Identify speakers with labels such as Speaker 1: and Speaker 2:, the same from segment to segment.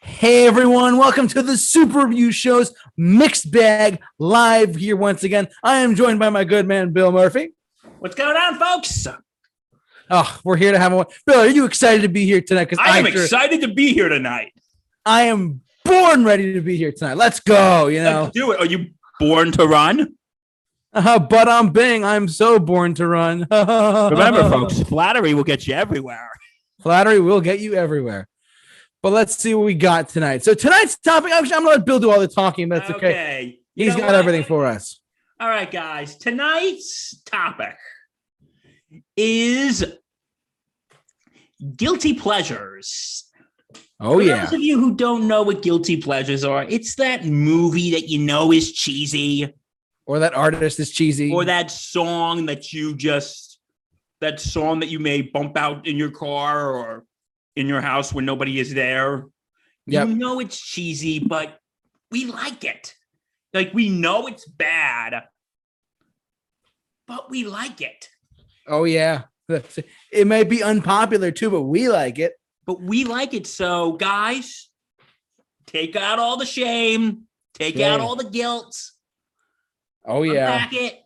Speaker 1: Hey everyone, welcome to the Super Review Show's Mixed Bag live here once again. I am joined by my good man Bill Murphy.
Speaker 2: What's going on, folks?
Speaker 1: Oh, we're here to have one. Bill, are you excited to be here tonight? Because
Speaker 2: I am excited to be here tonight.
Speaker 1: I am born ready to be here tonight. Let's go, you know.
Speaker 2: Let's do it. Are you born to run?
Speaker 1: Uh, but I'm Bing. I'm so born to run. Remember,
Speaker 2: Remember, folks, flattery will get you everywhere.
Speaker 1: Flattery will get you everywhere. But let's see what we got tonight. So tonight's topic, actually, I'm gonna let Bill do all the talking. That's okay.
Speaker 2: You
Speaker 1: He's
Speaker 2: know
Speaker 1: got
Speaker 2: what?
Speaker 1: everything for us.
Speaker 2: All right, guys. Tonight's topic is guilty pleasures.
Speaker 1: Oh
Speaker 2: For
Speaker 1: yeah.
Speaker 2: those of you who don't know what guilty pleasures are, it's that movie that you know is cheesy,
Speaker 1: Or that artist is cheesy.
Speaker 2: or that song that you just that song that you may bump out in your car or in your house when nobody is there.
Speaker 1: Yep.
Speaker 2: You know it's cheesy, but we like it. Like we know it's bad, but we like it.
Speaker 1: Oh yeah. That's- It may be unpopular too, but we like it.
Speaker 2: But we like it. So, guys, take out all the shame, take out
Speaker 1: Yeah.
Speaker 2: all the guilt,
Speaker 1: Oh yeah.
Speaker 2: unpack it.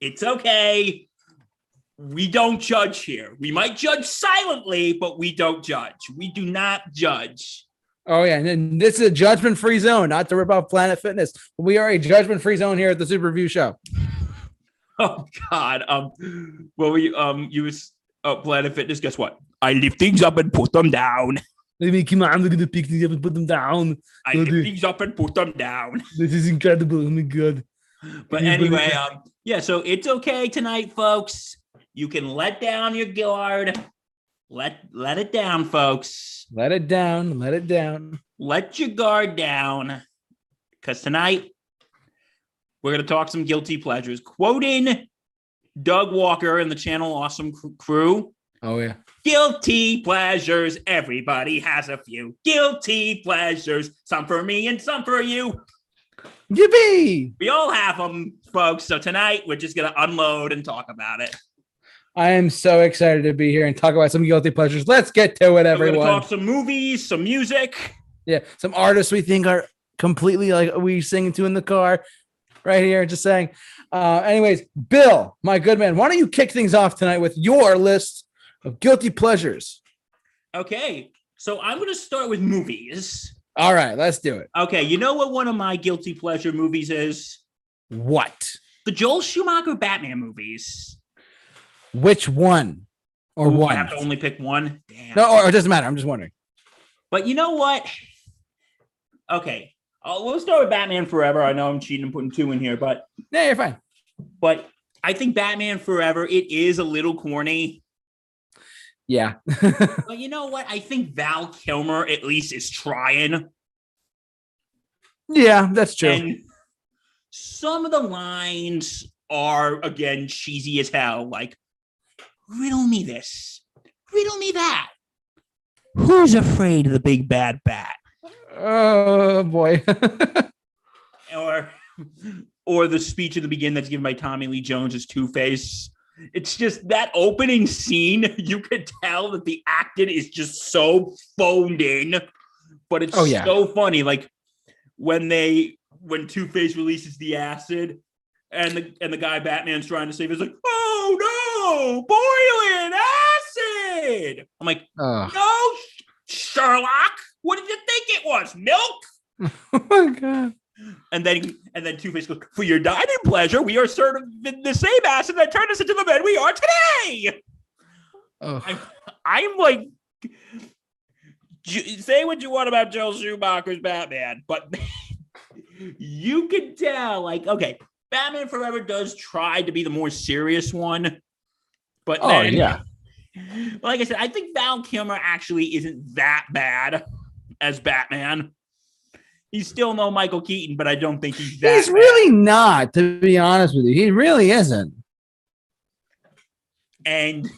Speaker 2: It's okay. We don't judge here. We might judge silently, but we don't judge. We do not judge.
Speaker 1: Oh yeah. And then this is a judgment free zone, not to rip off Planet Fitness. We are a judgment free zone here at the Super Review Show.
Speaker 2: Oh God. Um. Well, we um. You was uh, Planet Fitness. Guess what? I lift things up and put them down.
Speaker 1: Let me keep my arm, look at the pictures and put them down.
Speaker 2: I
Speaker 1: Will
Speaker 2: lift
Speaker 1: do.
Speaker 2: things up and put them down.
Speaker 1: This is incredible. Oh my god.
Speaker 2: But
Speaker 1: Can you believe
Speaker 2: anyway, um. Yeah. So it's okay tonight, folks. You can let down your guard. Let let it down, folks.
Speaker 1: Let it down. Let it down.
Speaker 2: let your guard down because tonight we're going to talk some guilty pleasures quoting doug walker and the channel awesome Cr- crew
Speaker 1: Oh yeah.
Speaker 2: guilty pleasures everybody has a few guilty pleasures some for me and some for you
Speaker 1: Yippee!
Speaker 2: we all have them folks so tonight we're just going to unload and talk about it
Speaker 1: I am so excited to be here and talk about some guilty pleasures. Let's get to it,
Speaker 2: we're going
Speaker 1: everyone.
Speaker 2: to talk some movies some music
Speaker 1: yeah. Some artists we think are completely like we sing to in the car. Right here, just saying. Uh, anyways, Bill, my good man, why don't you kick things off tonight with your list of guilty pleasures?
Speaker 2: okay so i'm going to start with movies
Speaker 1: All right, let's do it.
Speaker 2: okay you know what one of my guilty pleasure movies is
Speaker 1: What?
Speaker 2: the Joel Schumacher Batman movies.
Speaker 1: Which one? Or
Speaker 2: Ooh, I
Speaker 1: one?
Speaker 2: have to only pick one. Damn.
Speaker 1: No, or, or it doesn't matter. I'm just wondering.
Speaker 2: but you know what? Okay, uh, we'll start with Batman Forever. I know I'm cheating and putting two in here, but
Speaker 1: No, you're fine.
Speaker 2: but I think Batman Forever it is a little corny.
Speaker 1: Yeah.
Speaker 2: But you know what? I think Val Kilmer at least is trying.
Speaker 1: Yeah, that's true.
Speaker 2: And some of the lines are again cheesy as hell. Like, riddle me this, riddle me that. Who's afraid of the big bad bat?
Speaker 1: oh boy.
Speaker 2: or or the speech at the beginning that's given by Tommy Lee Jones as Two Face. It's just that opening scene. You could tell that the acting is just so phoned in, but it's
Speaker 1: Oh, yeah.
Speaker 2: so funny. Like when they when Two Face releases the acid, and the and the guy Batman's trying to save is like, oh no, boiling acid. I'm like,
Speaker 1: oh.
Speaker 2: no, Sherlock. What did you think it was? Milk.
Speaker 1: oh my god.
Speaker 2: And then and then Two Face goes, For your dining pleasure, we are sort of in the same acid that turned us into the men we are today.
Speaker 1: Oh.
Speaker 2: I'm like Ju- say what you want about Joel Schumacher's Batman, but you can tell, like, okay, Batman Forever does try to be the more serious one. But
Speaker 1: Oh,
Speaker 2: then-
Speaker 1: yeah.
Speaker 2: like I said, I think Val Kilmer actually isn't that bad as Batman. He's still no Michael Keaton, but I don't think he's that
Speaker 1: He's
Speaker 2: bad.
Speaker 1: really not, to be honest with you. He really isn't.
Speaker 2: and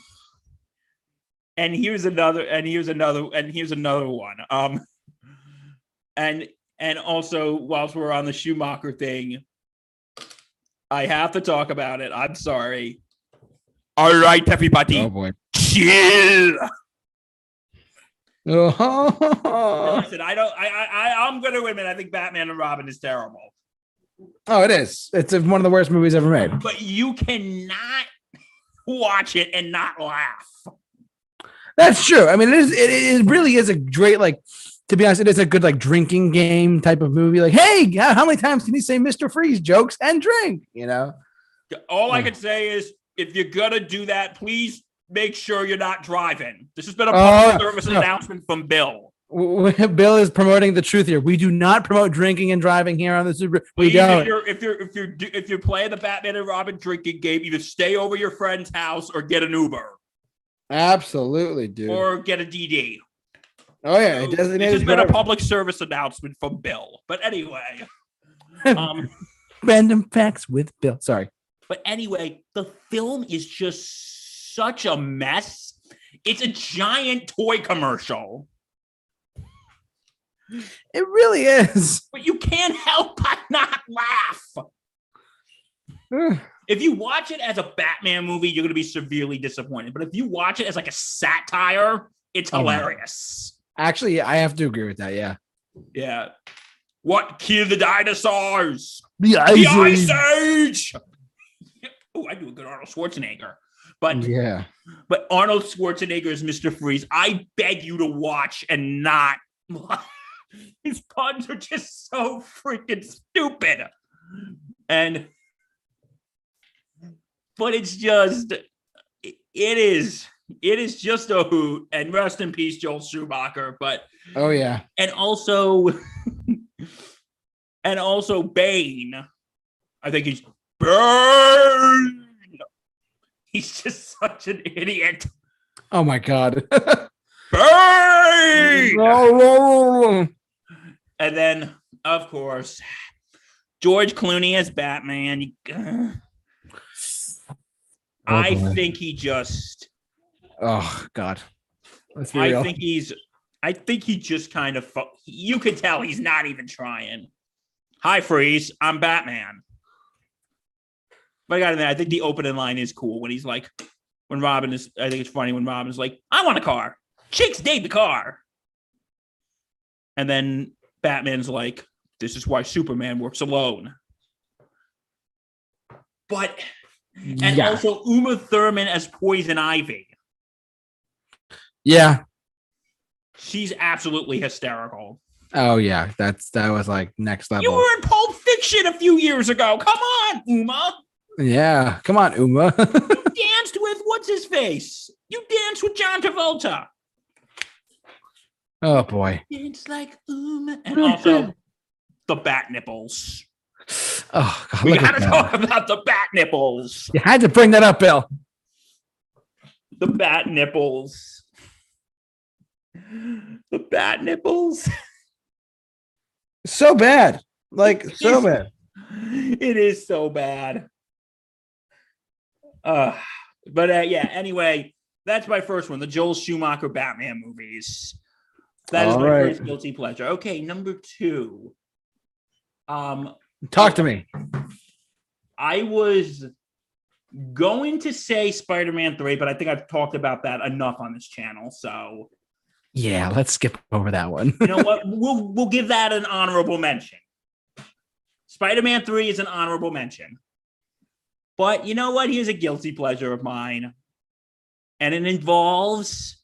Speaker 2: and here's another and here's another and here's another one um and and also whilst we're on the schumacher thing i have to talk about it i'm sorry all right everybody
Speaker 1: Oh, boy.
Speaker 2: chill
Speaker 1: Oh.
Speaker 2: listen, I don't. I. I. I- I'm gonna admit. I think Batman and Robin is terrible,
Speaker 1: Oh, it is. It's one of the worst movies ever made.
Speaker 2: but you cannot watch it and not laugh.
Speaker 1: That's true. I mean, it is. It, it really is a great like. To be honest, it is a good like drinking game type of movie. Like, hey, how how many times can you say Mister Freeze jokes and drink? You know.
Speaker 2: All I
Speaker 1: Yeah.
Speaker 2: can say is, if you're gonna do that, please make sure you're not driving. This has been a
Speaker 1: Oh,
Speaker 2: public service
Speaker 1: no.
Speaker 2: announcement from Bill.
Speaker 1: W- w- Bill is promoting the truth here. We do not promote drinking and driving here on the Super. We
Speaker 2: Please, If
Speaker 1: don't.
Speaker 2: you're if you're if you're do- if you're playing the Batman and Robin drinking game, either stay over your friend's house or get an Uber
Speaker 1: Absolutely, dude.
Speaker 2: or get a DD.
Speaker 1: oh yeah,
Speaker 2: So
Speaker 1: it
Speaker 2: This
Speaker 1: doesn't. It
Speaker 2: has
Speaker 1: is
Speaker 2: been a
Speaker 1: better.
Speaker 2: public service announcement from Bill. But anyway, um,
Speaker 1: Random facts with Bill. Sorry.
Speaker 2: but anyway, the film is just such a mess. It's a giant toy commercial,
Speaker 1: It really is.
Speaker 2: but you can't help but not laugh. If you watch it as a Batman movie, you're going to be severely disappointed. But if you watch it as like a satire, it's
Speaker 1: Oh my-
Speaker 2: hilarious.
Speaker 1: Actually, I have to agree with that. Yeah.
Speaker 2: Yeah. What kill the dinosaurs?
Speaker 1: The
Speaker 2: The Ice Age. Oh, I do a good Arnold Schwarzenegger. But
Speaker 1: Yeah.
Speaker 2: but Arnold Schwarzenegger is Mr. Freeze. I beg you to watch and not. His puns are just so freaking stupid. And but it's just it is it is just a hoot. And rest in peace, Joel Schumacher. But
Speaker 1: Oh yeah.
Speaker 2: and also and also Bane. I think he's Bane. He's just such an idiot.
Speaker 1: Oh my god. Oh,
Speaker 2: Bane. And then, of course, George Clooney as Batman. I
Speaker 1: oh. boy.
Speaker 2: think he just.
Speaker 1: Oh god. Let's be
Speaker 2: I
Speaker 1: real.
Speaker 2: think he's. I think he just kind of. fu- You could tell he's not even trying. Hi, freeze! I'm Batman. But I got in there. I think the opening line is cool when he's like, when Robin is. I think it's funny when Robin's like, "I want a car." Chicks date the car. And then Batman's like, "This is why Superman works alone." But and
Speaker 1: yeah.
Speaker 2: also Uma Thurman as Poison Ivy.
Speaker 1: yeah.
Speaker 2: She's absolutely hysterical.
Speaker 1: Oh yeah. That's that was like next level.
Speaker 2: You were in Pulp Fiction a few years ago. Come on, Uma.
Speaker 1: yeah. Come on, Uma.
Speaker 2: You danced with what's his face? You danced with John Travolta.
Speaker 1: oh boy.
Speaker 2: It's like Uma, and also the bat nipples.
Speaker 1: Oh god.
Speaker 2: We
Speaker 1: Look
Speaker 2: gotta
Speaker 1: at that.
Speaker 2: talk about the bat nipples.
Speaker 1: You had to bring that up, Bill.
Speaker 2: The bat nipples. The bat nipples.
Speaker 1: So bad. Like so bad.
Speaker 2: it is so bad. Uh, but uh, yeah, anyway, that's my first one the Joel Schumacher Batman movies. That is
Speaker 1: All
Speaker 2: my
Speaker 1: right.
Speaker 2: first guilty pleasure. Okay, number two. Um,
Speaker 1: Talk to me.
Speaker 2: I was going to say Spider Man 3, but I think I've talked about that enough on this channel. So,
Speaker 1: Yeah, let's skip over that one.
Speaker 2: you know what? We'll, we'll give that an honorable mention. Spider Man 3 is an honorable mention. But you know what? Here's a guilty pleasure of mine. And it involves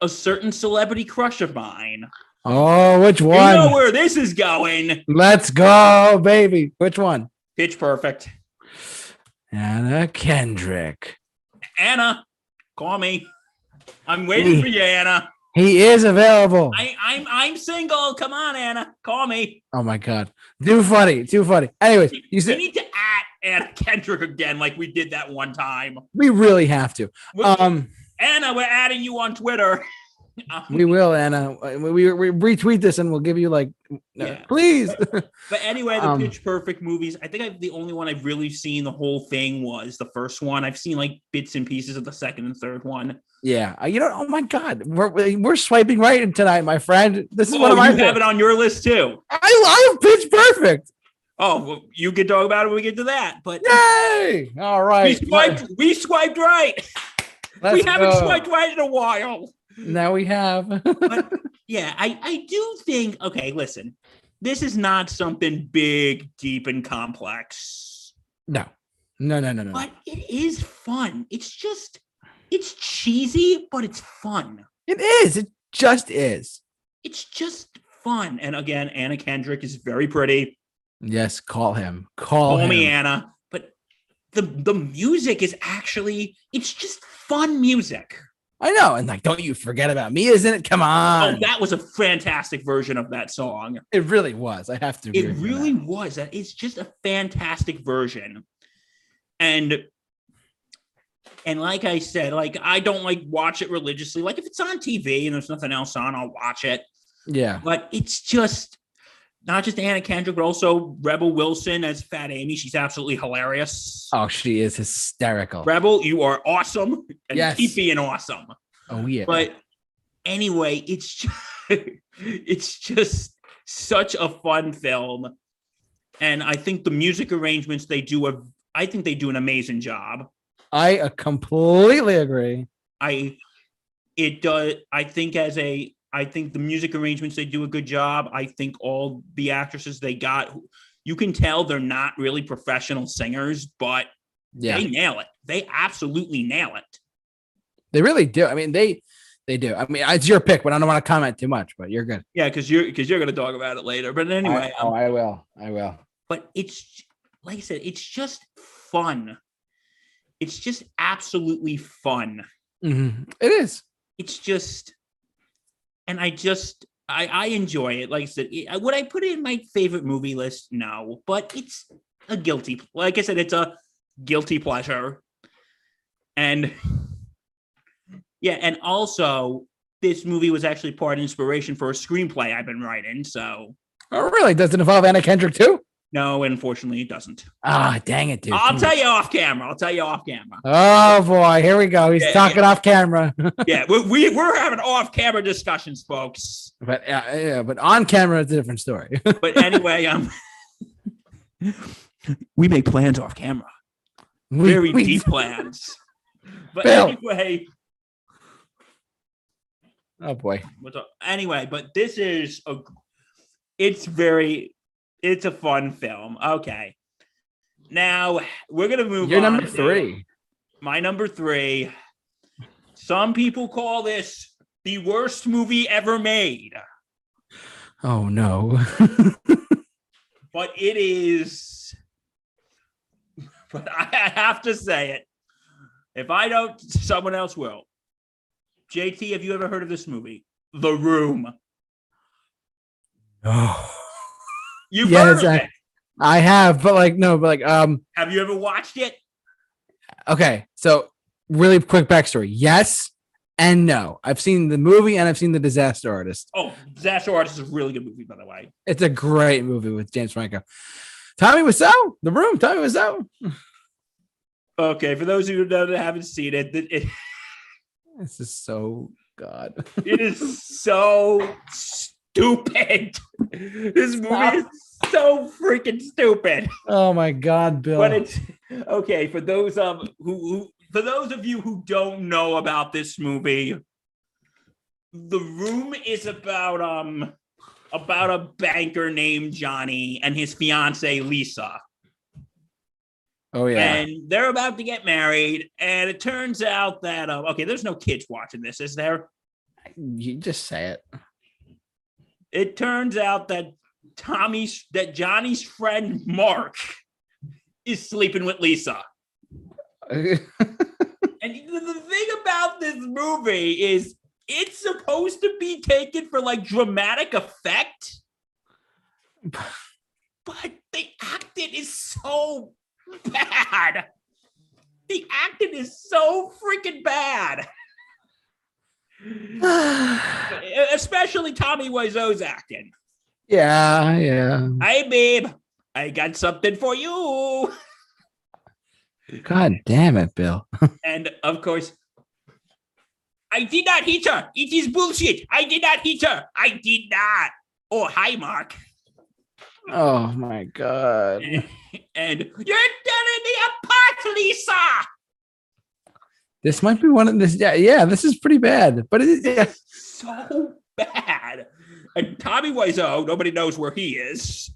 Speaker 2: a certain celebrity crush of mine.
Speaker 1: Oh, which
Speaker 2: You know
Speaker 1: one?
Speaker 2: where this is going.
Speaker 1: Let's go, baby. Which one?
Speaker 2: Pitch perfect.
Speaker 1: Anna Kendrick.
Speaker 2: Anna, call me. I'm waiting for you, Anna.
Speaker 1: He is available.
Speaker 2: I, I'm I'm single. Come on, Anna. Call me.
Speaker 1: Oh my god. Too funny. Too funny. Anyways, you
Speaker 2: We
Speaker 1: said
Speaker 2: need to at Anna Kendrick again, like we did that one time.
Speaker 1: we really have to.
Speaker 2: We-
Speaker 1: Um,
Speaker 2: Anna, we're adding you on Twitter. Um,
Speaker 1: we will, Anna. We, we, we retweet this and we'll give you like, no,
Speaker 2: Yeah.
Speaker 1: please.
Speaker 2: but anyway, the
Speaker 1: Um,
Speaker 2: Pitch Perfect movies. I think I've, the only one I've really seen the whole thing was the first one. I've seen like bits and pieces of the second and third one.
Speaker 1: yeah. uh, You know. Oh my god. We're we- we're swiping right tonight, my friend. This is
Speaker 2: Oh,
Speaker 1: one of my.
Speaker 2: you have it on your list too.
Speaker 1: I love Pitch Perfect.
Speaker 2: Oh, well, you can talk about it when we get to that. But
Speaker 1: Yay! All
Speaker 2: we
Speaker 1: right.
Speaker 2: swiped. We swiped right.
Speaker 1: Let's
Speaker 2: we haven't
Speaker 1: go.
Speaker 2: swiped right in a while.
Speaker 1: Now we have.
Speaker 2: yeah, I, I do think, okay, listen, this is not something big, deep, and complex,
Speaker 1: no, no, no, no, no. no.
Speaker 2: but it is fun. It's just, it's cheesy, but it's fun.
Speaker 1: It is. It just is.
Speaker 2: It's just fun. And again, Anna Kendrick is very pretty.
Speaker 1: Yes, call him. Call,
Speaker 2: Call
Speaker 1: him.
Speaker 2: me Anna. But the the music is actually, it's just fun music.
Speaker 1: I know. And like, don't you forget about me, isn't it? Come on.
Speaker 2: Oh, that was a fantastic version of that song.
Speaker 1: it really was. I have to. agree
Speaker 2: It
Speaker 1: with you on
Speaker 2: really was. Uh, It's just a fantastic version. And and like I said, like I don't like watch it religiously. Like if it's on TV and there's nothing else on, I'll watch it.
Speaker 1: that. Yeah.
Speaker 2: But it's just not just Anna Kendrick, but also Rebel Wilson as Fat Amy. She's absolutely hilarious.
Speaker 1: Oh, she is hysterical.
Speaker 2: Rebel, you are awesome. And
Speaker 1: Yes.
Speaker 2: keep being awesome.
Speaker 1: Oh yeah.
Speaker 2: But anyway, it's just, it's just such a fun film, and I think the music arrangements they do a I think they do an amazing job.
Speaker 1: I uh, completely agree.
Speaker 2: I it does. I think as a I think the music arrangements they do a good job. I think all the actresses they got, you can tell they're not really professional singers, but
Speaker 1: Yeah.
Speaker 2: they nail it. They absolutely nail it.
Speaker 1: They really do. I mean, they they do. I mean, it's your pick, but I don't want to comment too much. But you're good.
Speaker 2: Yeah, because you're because you're gonna talk about it later. But anyway,
Speaker 1: I,
Speaker 2: um,
Speaker 1: oh, I will. I will.
Speaker 2: but it's like I said, it's just fun. It's just absolutely fun.
Speaker 1: Mhm. It is.
Speaker 2: It's just, and I just, I, I enjoy it. Like I said, it- would I put it in my favorite movie list? No, but it's a guilty. Like I said, it's a guilty pleasure, and yeah, and also this movie was actually part inspiration for a screenplay I've been writing. So
Speaker 1: Oh, really? Does it involve Anna Kendrick too?
Speaker 2: no, unfortunately, it doesn't.
Speaker 1: Ah, dang it, dude.
Speaker 2: I'll
Speaker 1: Come
Speaker 2: tell you off camera. I'll tell you off camera.
Speaker 1: on. Oh boy, here we go. He's
Speaker 2: Yeah,
Speaker 1: talking off camera.
Speaker 2: yeah, we, we we're having off camera discussions, folks.
Speaker 1: but uh, yeah, but on camera, it's a different story.
Speaker 2: But anyway, um, we make plans off camera,
Speaker 1: We-
Speaker 2: very
Speaker 1: we-
Speaker 2: deep plans. But
Speaker 1: Bill.
Speaker 2: anyway,
Speaker 1: Oh boy.
Speaker 2: what's up? anyway, but this is a, it's very, it's a fun film. Okay, now we're gonna move.
Speaker 1: You're
Speaker 2: on
Speaker 1: number
Speaker 2: to
Speaker 1: three.
Speaker 2: My number three. Some people call this the worst movie ever made.
Speaker 1: Oh no.
Speaker 2: but it is. But I have to say it. If I don't, someone else will. JT, have you ever heard of this movie, The Room?
Speaker 1: oh.
Speaker 2: You've
Speaker 1: Yes,
Speaker 2: heard of
Speaker 1: I-
Speaker 2: it.
Speaker 1: I have, but like no, but like um.
Speaker 2: Have you ever watched it?
Speaker 1: Okay, so really quick backstory. Yes and no. I've seen the movie and I've seen the Disaster Artist.
Speaker 2: Oh, Disaster Artist is a really good movie, by the way.
Speaker 1: It's a great movie with James Franco. Tommy Wiseau, The Room. Tommy Wiseau.
Speaker 2: Okay, for those who don't, haven't seen it, it, it-
Speaker 1: This is so god.
Speaker 2: it is so stupid. This movie
Speaker 1: Stop.
Speaker 2: is so freaking stupid.
Speaker 1: Oh my god, Bill.
Speaker 2: but it's okay for those um who, who for those of you who don't know about this movie the room is about um about a banker named johnny and his fiancee lisa
Speaker 1: oh yeah.
Speaker 2: and they're about to get married and it turns out that um, okay there's no kids watching this is there
Speaker 1: you just say it.
Speaker 2: it turns out that tommy's that johnny's friend mark is sleeping with lisa And the, the thing about this movie is it's supposed to be taken for like dramatic effect, but the acting is so bad. The acting is so freaking bad,
Speaker 1: yeah,
Speaker 2: especially Tommy Wiseau's acting.
Speaker 1: yeah.
Speaker 2: Hey, babe, I got something for you.
Speaker 1: God damn it, Bill.
Speaker 2: And of course, I did not hit her. It is bullshit. I did not hit her. I did not. Oh, hi, Mark.
Speaker 1: Oh my god.
Speaker 2: and you're telling me apart, Lisa.
Speaker 1: This might be one of this. Yeah, yeah, this is pretty bad. But it is, yeah.
Speaker 2: so bad. And Tommy Wiseau, nobody knows where he is.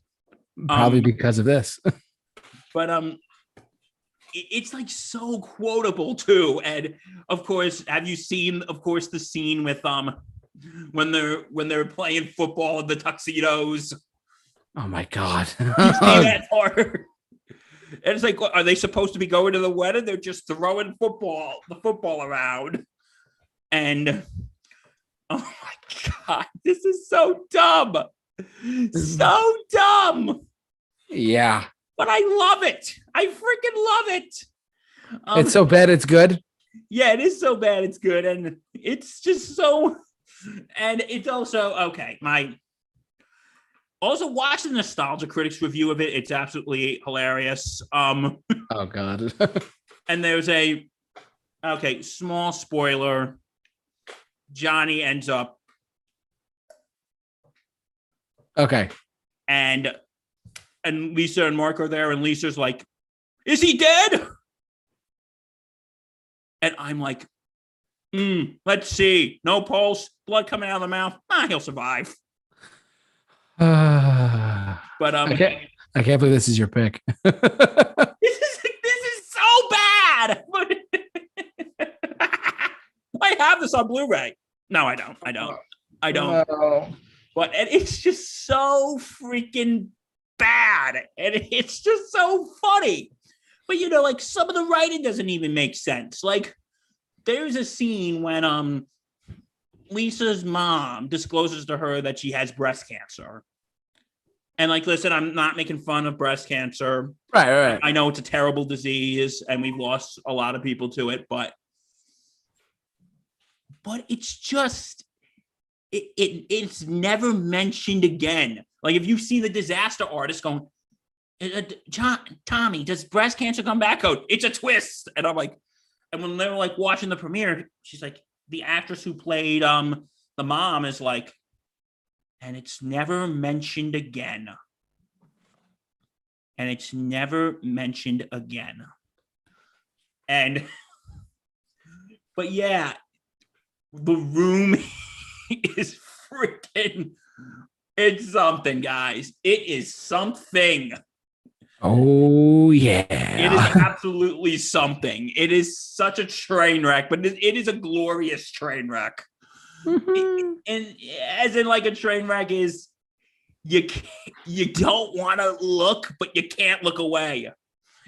Speaker 1: probably
Speaker 2: Um,
Speaker 1: because of this.
Speaker 2: but um it- it's like so quotable too and of course have you seen of course the scene with um when they're when they're playing football in the tuxedos
Speaker 1: oh my god.
Speaker 2: you see that part and it's like what, are they supposed to be going to the wedding they're just throwing football the football around and oh my god this is so dumb
Speaker 1: is-
Speaker 2: so dumb
Speaker 1: yeah,
Speaker 2: but I love it. I freaking love it. Um,
Speaker 1: it's so bad. It's good.
Speaker 2: yeah, it is so bad. It's good, and it's just so, and it's also okay. My also watch the nostalgia critics review of it. It's absolutely hilarious. Um,
Speaker 1: Oh god.
Speaker 2: and there's a okay small spoiler. Johnny ends up
Speaker 1: okay.
Speaker 2: and and Lisa and Mark are there, and Lisa's like, "Is he dead?" And I'm like, mm, "Let's see, no pulse, blood coming out of the mouth. Ah, he'll survive."
Speaker 1: Uh,
Speaker 2: But um,
Speaker 1: I can't. I can't believe this is your pick.
Speaker 2: this is this is so bad. But I have this on Blu-ray. No, I don't. I don't. I don't. but and it's just so freaking bad and it's just so funny but you know like some of the writing doesn't even make sense like there's a scene when um lisa's mom discloses to her that she has breast cancer and like listen i'm not making fun of breast cancer
Speaker 1: Right, right, right.
Speaker 2: I know it's a terrible disease and we've lost a lot of people to it, but but it's just it, it it's never mentioned again. Like if you see the disaster artist going, "Uh, uh, John Tommy, does breast cancer come back? Oh, it's a twist. And I'm like, and when they're like watching the premiere, she's like, the actress who played um the mom is like, and it's never mentioned again and it's never mentioned again. And but yeah, the room is freaking it's something, guys. It is something.
Speaker 1: Oh
Speaker 2: It is
Speaker 1: yeah.
Speaker 2: absolutely something. It is such a train wreck, but it- it is a glorious train wreck.
Speaker 1: Mhm.
Speaker 2: and as in like a train wreck is you can't, you don't want to look but you can't look away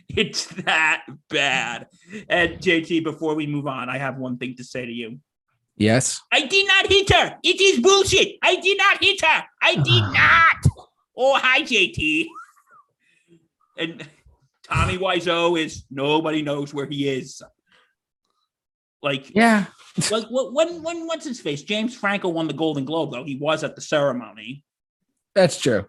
Speaker 2: it's that bad and jt before we move on i have one thing to say to you
Speaker 1: yes.
Speaker 2: i did not hit her it is bullshit i did not hit her i did not oh hi jt and tommy wiseau is nobody knows where he is like
Speaker 1: Yeah.
Speaker 2: like what when when what's his face? James Franco won the Golden Globe though. He was at the ceremony.
Speaker 1: That's true.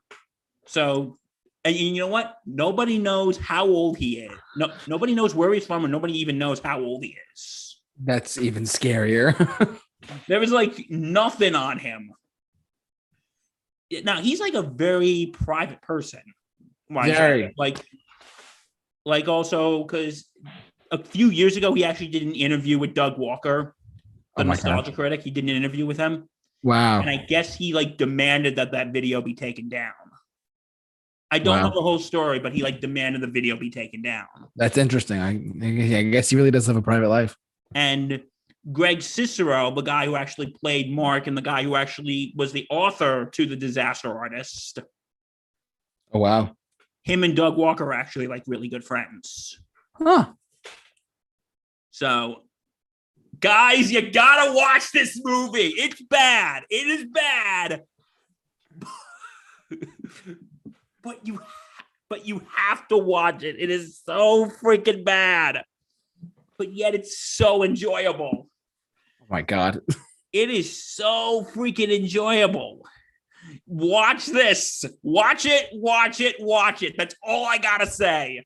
Speaker 2: So and you know what? Nobody knows how old he is. No nobody knows where he's from or nobody even knows how old he is.
Speaker 1: That's even scarier.
Speaker 2: There was like nothing on him. Yeah, Now he's like a very private person. Why
Speaker 1: Very.
Speaker 2: like like also because a few years ago he actually did an interview with Doug Walker, the
Speaker 1: Oh my God.
Speaker 2: nostalgia critic. He did an interview with him.
Speaker 1: wow.
Speaker 2: and I guess he like demanded that that video be taken down. I don't
Speaker 1: Wow.
Speaker 2: know the whole story, but he like demanded the video be taken down.
Speaker 1: That's interesting. I, I guess he really does live a private life.
Speaker 2: And Greg Cicero, the guy who actually played Mark and the guy who actually was the author to the disaster artist,
Speaker 1: Oh wow.
Speaker 2: him and Doug Walker are actually like really good friends.
Speaker 1: Huh.
Speaker 2: So guys, you gotta watch this movie. It's bad. It is bad. but you but you have to watch it. It is so freaking bad. But yet it's so enjoyable.
Speaker 1: Oh my god.
Speaker 2: It is so freaking enjoyable. Watch this. Watch it. Watch it. Watch it. That's all I gotta say.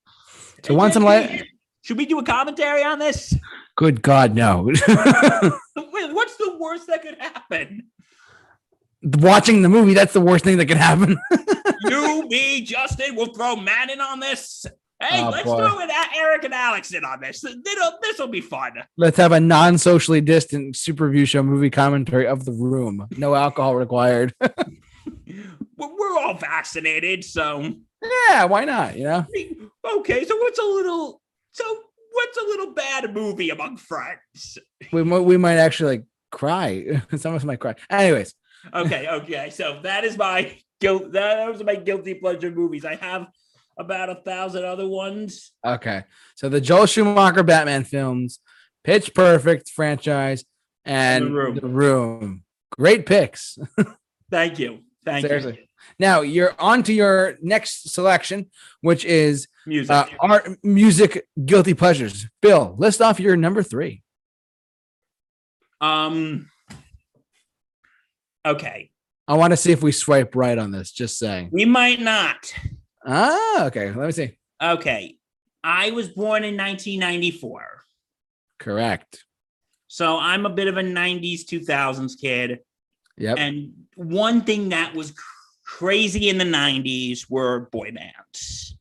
Speaker 1: So once in a life-
Speaker 2: Should we do a commentary on this?
Speaker 1: Good God, no.
Speaker 2: Wait, What's the worst that could happen?
Speaker 1: Watching the movie, that's the worst thing that could happen.
Speaker 2: You, me, Justin will throw Madden on this, Hey,
Speaker 1: Oh,
Speaker 2: let's
Speaker 1: boy.
Speaker 2: throw in A- Eric and Alex in on this. This will be fun.
Speaker 1: Let's have a non-socially distant superview show movie commentary of the room. No alcohol required.
Speaker 2: We're we're all vaccinated, so
Speaker 1: yeah, why not? You know,
Speaker 2: okay. So what's a little? So what's a little bad movie among friends?
Speaker 1: we might we might actually like cry. Some of us might cry. Anyways,
Speaker 2: Okay, okay. So that is my guilt. That was my guilty pleasure movies. I have about a thousand other ones.
Speaker 1: okay. So the Joel Schumacher Batman films, Pitch Perfect franchise, and
Speaker 2: The
Speaker 1: The
Speaker 2: Room.
Speaker 1: Room. Great picks.
Speaker 2: Thank you. Thank
Speaker 1: Seriously. Now you're on to your next selection, which is
Speaker 2: you. Music.
Speaker 1: uh, art, music, guilty pleasures. Bill, list off your number three.
Speaker 2: um. Okay,
Speaker 1: I want to see if we swipe right on this. Just saying.
Speaker 2: we might not.
Speaker 1: Ah, okay. Let me see.
Speaker 2: Okay, I was born in 1994.
Speaker 1: Correct.
Speaker 2: So I'm a bit of a 90s, 2000s kid.
Speaker 1: Yep.
Speaker 2: And one thing that was cr- crazy in the 90s were boy bands.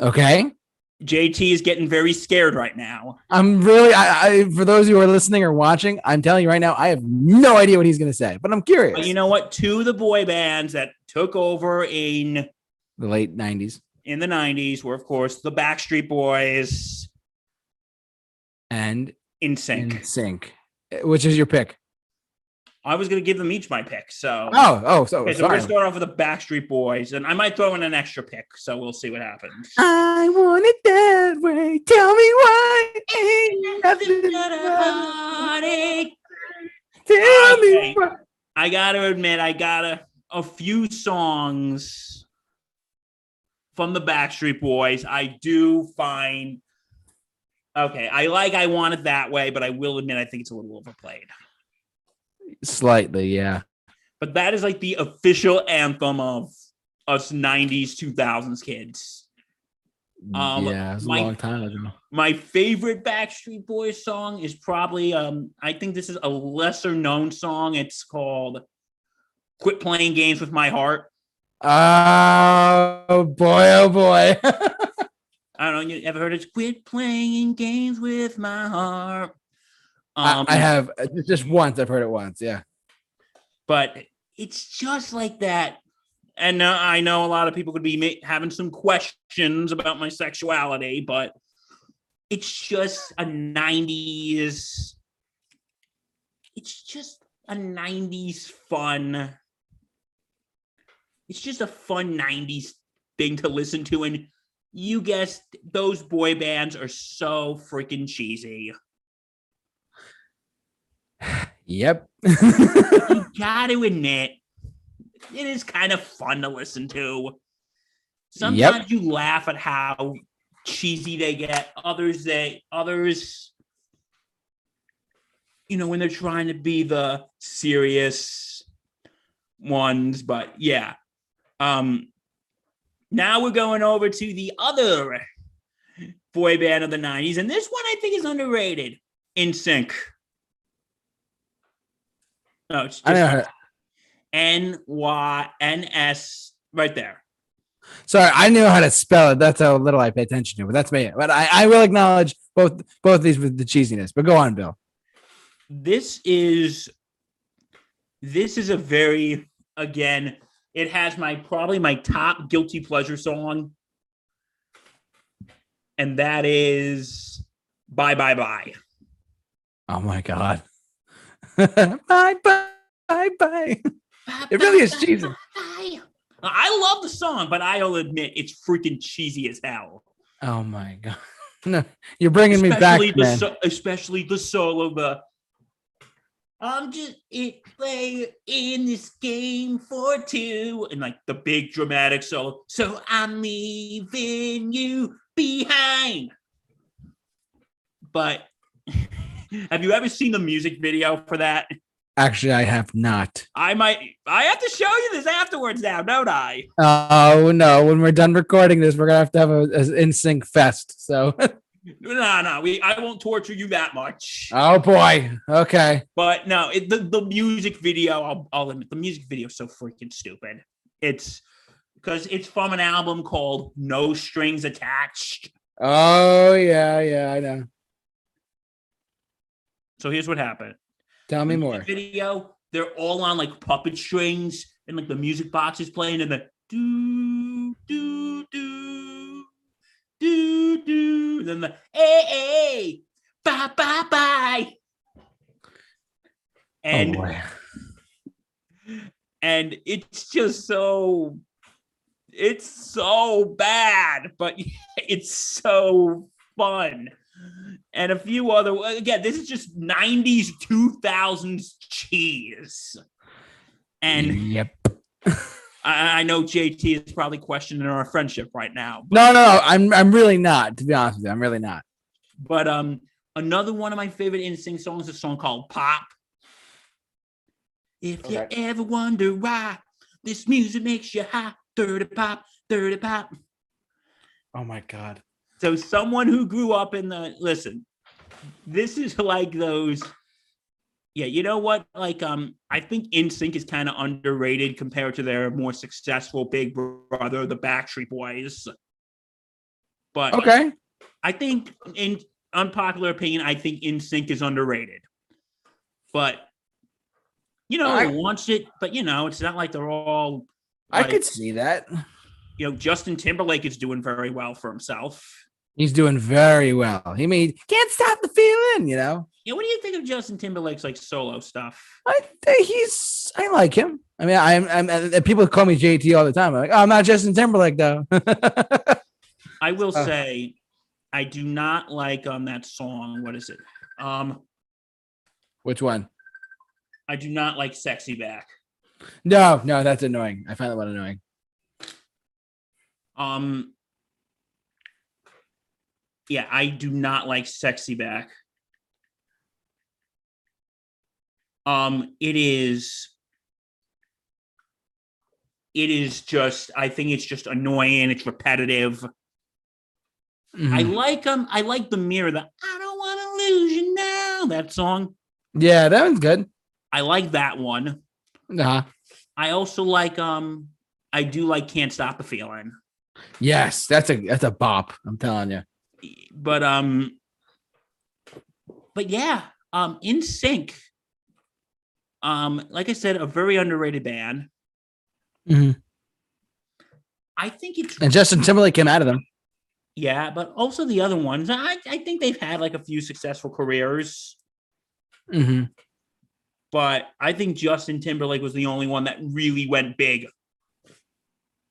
Speaker 1: okay.
Speaker 2: JT is getting very scared right now.
Speaker 1: I'm really. I, I for those who are listening or watching, I'm telling you right now, I have no idea what he's going to say, but I'm curious.
Speaker 2: But you know what? Two of the boy bands that took over in
Speaker 1: the late '90s
Speaker 2: in the 90s were, of course, the Backstreet Boys
Speaker 1: and
Speaker 2: in sync.
Speaker 1: in sync, Eh, which is your pick.
Speaker 2: I was going to give them each my pick. So,
Speaker 1: Oh, oh, so
Speaker 2: Um, okay,
Speaker 1: sorry.
Speaker 2: so we're going to start off with the Backstreet Boys. And I might throw in an extra pick. So we'll see what happens.
Speaker 1: I want it that way. Tell me why. Ain't nothing but a- Tell
Speaker 2: Okay.
Speaker 1: me why.
Speaker 2: I gotta admit, I got a, a few songs from the Backstreet Boys. I do find okay. I like I want it that way, but I will admit I think it's a little overplayed.
Speaker 1: Slightly, yeah.
Speaker 2: But that is like the official anthem of us '90s, 2000s kids. Um,
Speaker 1: yeah, it was a
Speaker 2: my-
Speaker 1: long time ago.
Speaker 2: My favorite Backstreet Boys song is probably um. I think this is a lesser known song. It's called "Quit Playing Games with My Heart."
Speaker 1: Oh boy, oh boy.
Speaker 2: I don't know. You ever heard of "Quit Playing Games with My Heart"?
Speaker 1: I-
Speaker 2: Um,
Speaker 1: I have uh, ju- just once. I've heard it once. Yeah.
Speaker 2: but it's just like that. And uh, I know a lot of people could be ma- having some questions about my sexuality, but it's just a '90s. It's just a '90s fun. It's just a fun '90s thing to listen to, and you guessed those boy bands are so freaking cheesy.
Speaker 1: Yep.
Speaker 2: you got to admit, it is kind of fun to listen to. Sometimes you laugh at how cheesy they get. Others, they others, you know, when they're trying to be the serious ones. But yeah, um, now we're going over to the other boy band of the '90s, and this one I think is underrated. In Sync. No, it's just
Speaker 1: I never heard.
Speaker 2: N Y N S right there.
Speaker 1: Sorry, I knew how to spell it. That's how little I pay attention to. But that's me. But I, I will acknowledge both both these with the cheesiness. But go on, Bill.
Speaker 2: This is this is a very again, it has my probably my top guilty pleasure song. And that is Bye Bye Bye.
Speaker 1: Oh my god. bye bye bye bye. It really is cheesy.
Speaker 2: I love the song, but I'll admit it's freaking cheesy as hell.
Speaker 1: Oh my god. No, you're bringing me back,
Speaker 2: especially the
Speaker 1: man.
Speaker 2: so, especially the solo the I'm just a player in this game for two and like the big dramatic solo. So I'm leaving you behind. But have you ever seen the music video for that?
Speaker 1: Actually, I have not.
Speaker 2: I might I have to show you this afterwards now, don't I?
Speaker 1: Oh no! When we're done recording this, we're gonna have to have a, a in sync fest. So,
Speaker 2: No, no, we I won't torture you that much.
Speaker 1: oh boy. Okay.
Speaker 2: But no, it, the the music video. I'll, I'll admit the music video is so freaking stupid. It's because it's from an album called No Strings Attached.
Speaker 1: Oh yeah, yeah, I know.
Speaker 2: So here's what happened.
Speaker 1: Tell me
Speaker 2: The
Speaker 1: more.
Speaker 2: Video. They're all on like puppet strings, and like the music box is playing, and the do do do do do. Then the hey hey bye bye bye. And
Speaker 1: oh boy.
Speaker 2: and it's just so it's so bad but it's so fun and a few other again this is just 90s 2000s cheese and
Speaker 1: yep.
Speaker 2: I, I know jt is probably questioning our friendship right now
Speaker 1: No, no, no, I'm I'm really not. To be honest with you, I'm really not.
Speaker 2: but um another one of my favorite instinct songs is a song called pop if
Speaker 1: Okay.
Speaker 2: you ever wonder why this music makes you high 30 pop 30 pop
Speaker 1: Oh my god.
Speaker 2: So someone who grew up in the listen, this is like those. Yeah, you know what? Like, um, I think NSYNC is kind of underrated compared to their more successful big brother, the Backstreet Boys. But
Speaker 1: Okay.
Speaker 2: I think, in unpopular opinion, I think NSYNC is underrated. But you know,
Speaker 1: I-
Speaker 2: I watched it, but you know, it's not like they're all.
Speaker 1: I
Speaker 2: like,
Speaker 1: could see that.
Speaker 2: You know, Justin Timberlake is doing very well for himself.
Speaker 1: He's doing very well. He made can't stop the feeling, you know.
Speaker 2: Yeah, what do you think of Justin Timberlake's like solo stuff?
Speaker 1: I think he's I like him. I mean, I'm, I'm and people call me JT all the time. I'm like, oh, I'm not Justin Timberlake though.
Speaker 2: I will
Speaker 1: Uh.
Speaker 2: say, I do not like on that song. What is it? Um,
Speaker 1: Which one?
Speaker 2: I do not like "Sexy Back."
Speaker 1: No, no, that's annoying. I find that one annoying.
Speaker 2: Um, yeah, I do not like "Sexy Back." Um, it is. It is just. I think it's just annoying. It's repetitive. I
Speaker 1: Mhm.
Speaker 2: like um I like the mirror the I don't want to lose you now that song.
Speaker 1: yeah, that one's good.
Speaker 2: I like that one.
Speaker 1: Uh-huh.
Speaker 2: I also like um I do like can't stop the feeling.
Speaker 1: Yes, that's a that's a bop. I'm telling you.
Speaker 2: But um but yeah, um in sync. Um like I said a very underrated band. I think it's
Speaker 1: And Justin Timberlake came out of them.
Speaker 2: yeah, but also the other ones. I I think they've had like a few successful careers.
Speaker 1: Mm-hmm.
Speaker 2: But I think Justin Timberlake was the only one that really went big.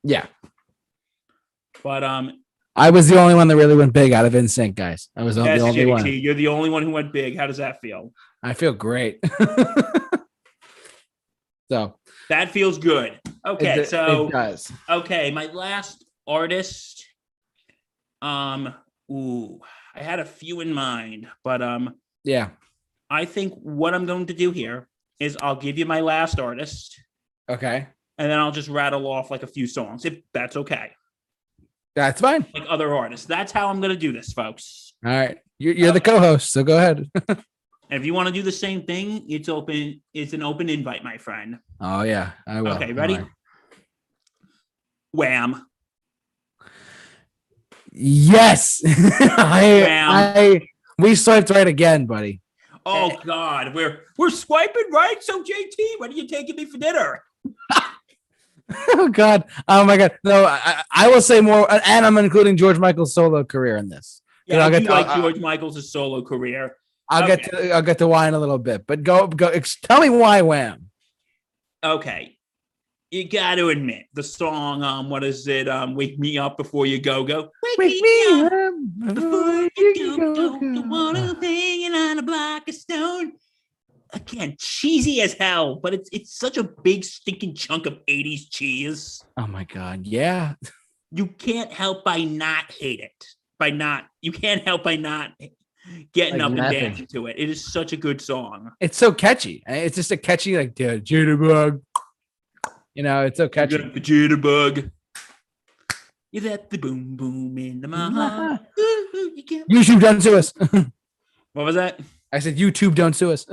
Speaker 1: Yeah,
Speaker 2: But um,
Speaker 1: I was the only one that really went big out of NSYNC, guys. I was the
Speaker 2: Yes,
Speaker 1: only
Speaker 2: JT,
Speaker 1: one.
Speaker 2: you're the only one who went big. How does that feel?
Speaker 1: I feel great. so
Speaker 2: That feels good. Okay,
Speaker 1: it,
Speaker 2: so
Speaker 1: it does.
Speaker 2: okay, my last artist. Um, ooh, I had a few in mind, but um,
Speaker 1: Yeah.
Speaker 2: I think what I'm going to do here is I'll give you my last artist,
Speaker 1: Okay.
Speaker 2: and then I'll just rattle off like a few songs, if that's okay,
Speaker 1: That's fine.
Speaker 2: like other artists. That's how I'm going to do this, folks.
Speaker 1: All right. You're, you're the co-host, so go ahead.
Speaker 2: And if you want to do the same thing, it's open. It's an open invite, my friend.
Speaker 1: oh yeah, I will.
Speaker 2: Okay,
Speaker 1: Don't
Speaker 2: ready?
Speaker 1: worry.
Speaker 2: Wham.
Speaker 1: Yes. I, I we swiped right again, buddy.
Speaker 2: Oh God, we're we're swiping right. So JT, what are you taking me for dinner?
Speaker 1: Oh God! Oh my God! No, I, I- I will say more, and I'm including George Michael's solo career in this. Yeah,
Speaker 2: Yeah,
Speaker 1: I'll
Speaker 2: I
Speaker 1: get
Speaker 2: do
Speaker 1: to-
Speaker 2: like
Speaker 1: I-
Speaker 2: George Michael's solo career.
Speaker 1: I'll get to I'll get to why in a little bit, but go go. Ex- tell me why Wham.
Speaker 2: Okay, you got to admit the song. Um, what is it? Um, wake me up before you go go. Wake,
Speaker 1: me up
Speaker 2: before you go go. Ah. Don't wanna hang on a block of stone. Again, cheesy as hell, but it's it's such a big stinking chunk of '80s cheese.
Speaker 1: Oh my God! Yeah,
Speaker 2: you can't help by not hate it by not you can't help by not getting
Speaker 1: Like
Speaker 2: up
Speaker 1: nothing.
Speaker 2: and dancing to it it is such a good song
Speaker 1: it's so catchy. Eh, It's just a catchy like dude, jitterbug. You know, it's so
Speaker 2: you
Speaker 1: catchy.
Speaker 2: got the jitterbug you let the boom boom in the mama
Speaker 1: YouTube, don't sue us.
Speaker 2: what was that
Speaker 1: I said YouTube, don't sue us.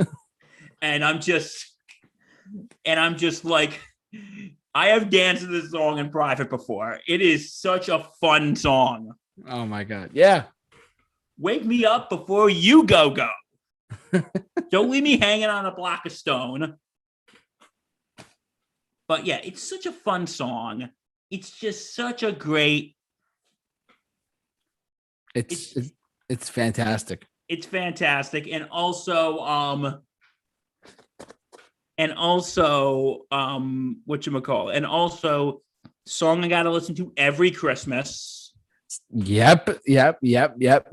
Speaker 2: and i'm just and i'm just like I have danced to this song in private before. It is such a fun song.
Speaker 1: Oh my god. Yeah.
Speaker 2: Wake me up before you go go. Don't leave me hanging on a block of stone. But yeah, it's such a fun song. It's just such a great.
Speaker 1: It's it's, it's fantastic.
Speaker 2: It's fantastic, and also um. And also um, what you call, and also song I gotta listen to every Christmas.
Speaker 1: Yep, yep, yep, yep.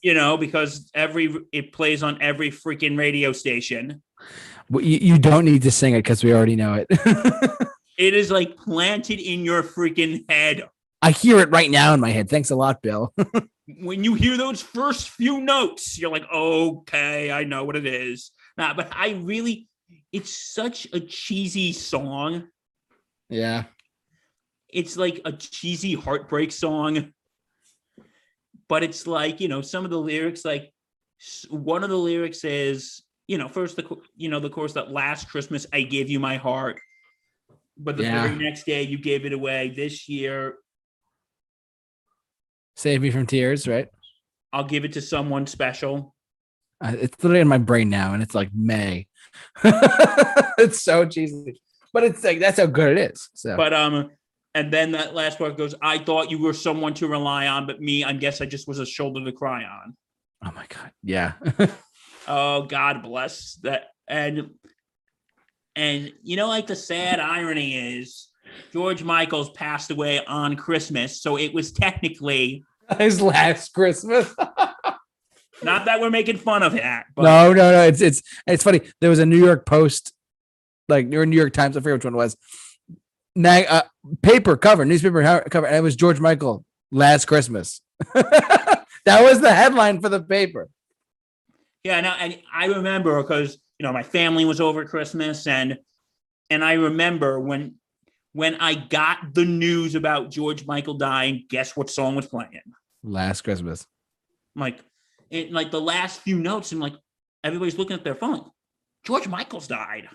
Speaker 2: You know, because every it plays on every freaking radio station.
Speaker 1: Well, you, you don't need to sing it because we already know it.
Speaker 2: It is like planted in your freaking head.
Speaker 1: I hear it right now in my head. Thanks a lot, Bill.
Speaker 2: when you hear those first few notes, you're like, okay, I know what it is. Nah, but I really, it's such a cheesy song.
Speaker 1: yeah.
Speaker 2: It's like a cheesy heartbreak song. But it's like, you know, some of the lyrics, like s- one of the lyrics is, you know, first the, cho- you know, the chorus that last Christmas I gave you my heart, but the
Speaker 1: Yeah.
Speaker 2: very next day you gave it away. This year
Speaker 1: Save me from tears, right?
Speaker 2: I'll give it to someone special.
Speaker 1: Uh, It's literally in my brain now, and it's like May. it's so cheesy, but it's like that's how good it is. So
Speaker 2: But um, and then that last part goes, I thought you were someone to rely on, but me, I guess I just was a shoulder to cry on.
Speaker 1: oh my god, yeah,
Speaker 2: Oh, God bless that. And and you know, like the sad irony is George Michaels passed away on Christmas, so it was technically
Speaker 1: his last Christmas.
Speaker 2: not that we're making fun of that, but
Speaker 1: no, no, no. It's it's it's funny. There was a New York Post, like or New York Times. I forget which one it was. Nag, uh, paper cover, newspaper ho- cover, and it was George Michael. Last Christmas. that was the headline for the paper.
Speaker 2: Yeah, no, and I remember because you know my family was over at Christmas, and and I remember when when I got the news about George Michael dying. Guess what song was playing? I'm
Speaker 1: Last Christmas.
Speaker 2: like, it like the last few notes, and like everybody's looking at their phone. George Michael's died.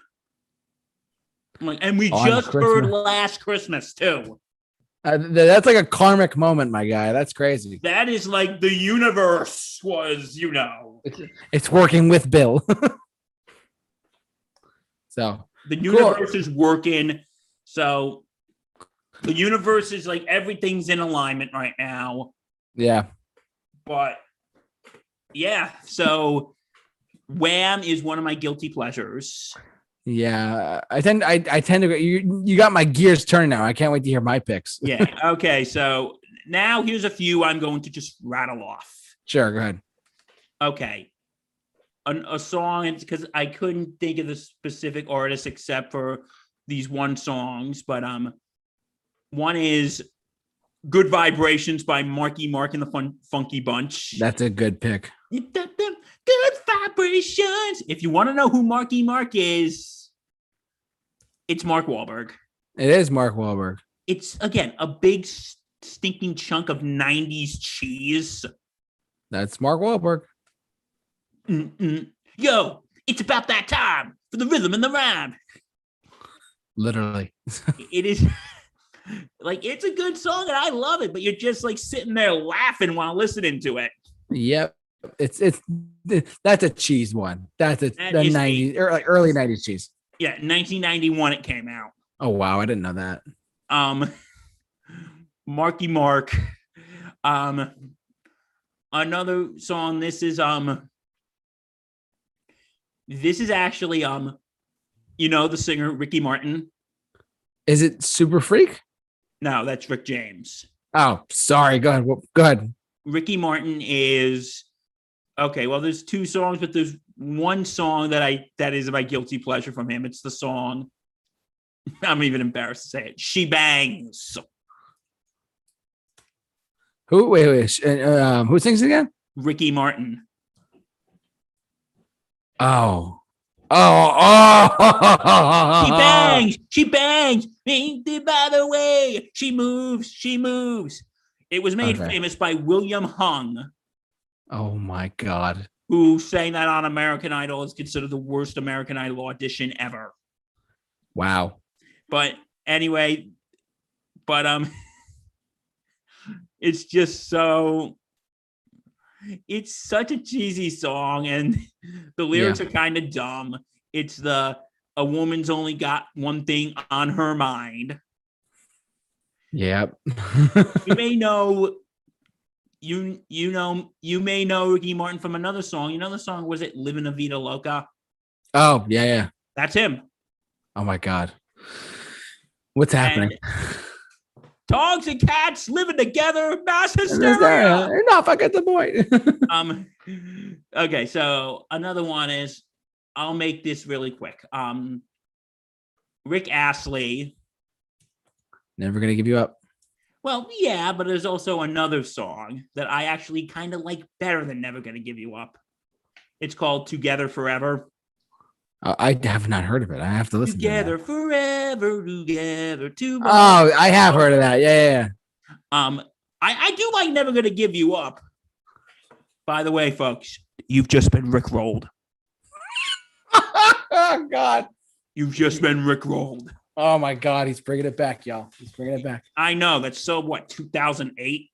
Speaker 2: I'm like, and we
Speaker 1: On
Speaker 2: just heard
Speaker 1: Oh, Christmas.
Speaker 2: last Christmas too.
Speaker 1: Uh, th- that's like a karmic moment, my guy. That's crazy.
Speaker 2: That is like the universe was, you know,
Speaker 1: It's working with Bill. so
Speaker 2: The universe is working. So the universe is like everything's in alignment right now.
Speaker 1: yeah,
Speaker 2: But yeah, so Wham is one of my guilty pleasures.
Speaker 1: yeah. I tend, I, I tend to. You, you got my gears turning now. I can't wait to hear my picks.
Speaker 2: Yeah. okay. So now here's a few I'm going to just rattle off.
Speaker 1: Sure, go ahead.
Speaker 2: Okay. An, a song, because I couldn't think of the specific artist except for these one songs, but um, one is "Good Vibrations" by Marky Mark and the Fun Funky Bunch.
Speaker 1: That's a good pick.
Speaker 2: You got them good vibrations. If you want to know who Marky Mark is, it's Mark Wahlberg.
Speaker 1: It is Mark Wahlberg.
Speaker 2: It's again a big s- stinking chunk of '90s cheese.
Speaker 1: That's Mark Wahlberg.
Speaker 2: Mm-mm. Yo, it's about that time for the rhythm and the rhyme.
Speaker 1: Literally.
Speaker 2: It is like it's a good song and I love it, but you're just like sitting there laughing while listening to it.
Speaker 1: Yep. It's it's that's a cheese one. That's a
Speaker 2: That
Speaker 1: the
Speaker 2: is a-
Speaker 1: nineties or like early nineties cheese.
Speaker 2: Yeah, 1991 it came out.
Speaker 1: Oh wow, I didn't know that.
Speaker 2: um Marky Mark. Um another song. This is um this is actually um you know the singer Ricky Martin.
Speaker 1: Is it Super Freak?
Speaker 2: No, that's Rick James.
Speaker 1: Oh, sorry. Go ahead. Wh- Go ahead.
Speaker 2: Ricky Martin is okay, well there's two songs, but there's one song that I that is my guilty pleasure from him. It's the song I'm even embarrassed to say it. She bangs.
Speaker 1: Who? Wait, wait. sh- uh, Um, who sings it again?
Speaker 2: Ricky Martin.
Speaker 1: Oh. Oh, oh,
Speaker 2: She
Speaker 1: Uh-huh.
Speaker 2: bangs. She bangs. Ain't by the way. She moves. She moves. It was made
Speaker 1: Okay.
Speaker 2: famous by William Hung,
Speaker 1: Oh my god.
Speaker 2: who sang that on American Idol. It's considered the worst American Idol audition ever.
Speaker 1: Wow.
Speaker 2: But anyway, but um, it's just so. It's such a cheesy song, and the lyrics are kind of dumb. It's the a woman's only got one thing on her mind.
Speaker 1: Yep.
Speaker 2: You may know, you you know, you may know Ricky Martin from another song. You know the song was it "Living a Vida Loca"?
Speaker 1: oh yeah, yeah.
Speaker 2: That's him.
Speaker 1: Oh my god. What's happening?
Speaker 2: Dogs and cats living together, mass hysteria.
Speaker 1: Enough. I get the point.
Speaker 2: um okay so another one is i'll make this really quick um rick astley
Speaker 1: Never gonna give you up.
Speaker 2: well yeah but there's also another song that i actually kind of like better than never gonna give you up it's called together forever
Speaker 1: I, I have not heard of it. I have to listen. to that.
Speaker 2: together forever together tomorrow
Speaker 1: Oh, I have heard of that. Yeah, yeah, yeah.
Speaker 2: um I, I do like never gonna give you up by the way folks you've just been rickrolled
Speaker 3: oh God.
Speaker 2: you've just been rickrolled
Speaker 3: Oh my God. He's bringing it back, y'all. He's bringing it back.
Speaker 2: i know that's so what 2008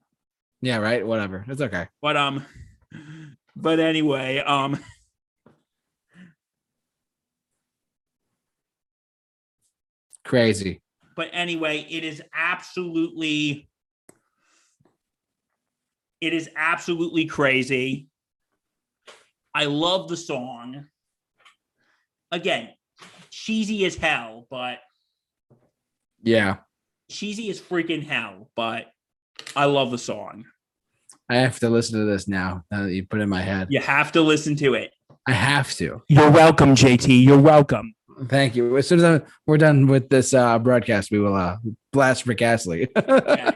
Speaker 1: Yeah, right. Whatever. It's okay.
Speaker 2: But um, but anyway, um,
Speaker 1: Crazy.
Speaker 2: but anyway, it is absolutely, it is absolutely crazy. I love the song. Again, cheesy as hell, but
Speaker 1: Yeah,
Speaker 2: cheesy as freaking hell, but I love the song.
Speaker 1: I have to listen to this now. Now that you put it in my head,
Speaker 2: You have to listen to it.
Speaker 1: I have to.
Speaker 2: You're welcome, JT. You're welcome.
Speaker 1: Thank you. As soon as I'm, we're done with this uh, broadcast, we will uh, blast Rick Astley.
Speaker 2: Yeah.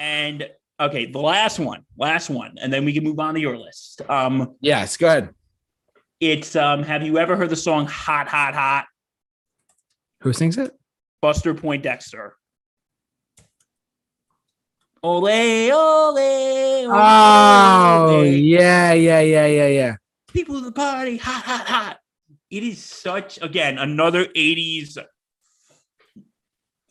Speaker 2: and okay, the last one, last one, and then we can move on to your list. Um,
Speaker 1: yes, go ahead.
Speaker 2: it's um, have you ever heard the song "Hot, Hot, Hot"?
Speaker 1: Who sings it?
Speaker 2: Buster Poindexter. Ole, ole, ole,
Speaker 1: Oh,
Speaker 2: ole.
Speaker 1: yeah, yeah, yeah, yeah, yeah.
Speaker 2: people at the party, hot, hot, hot. It is such again another 80s.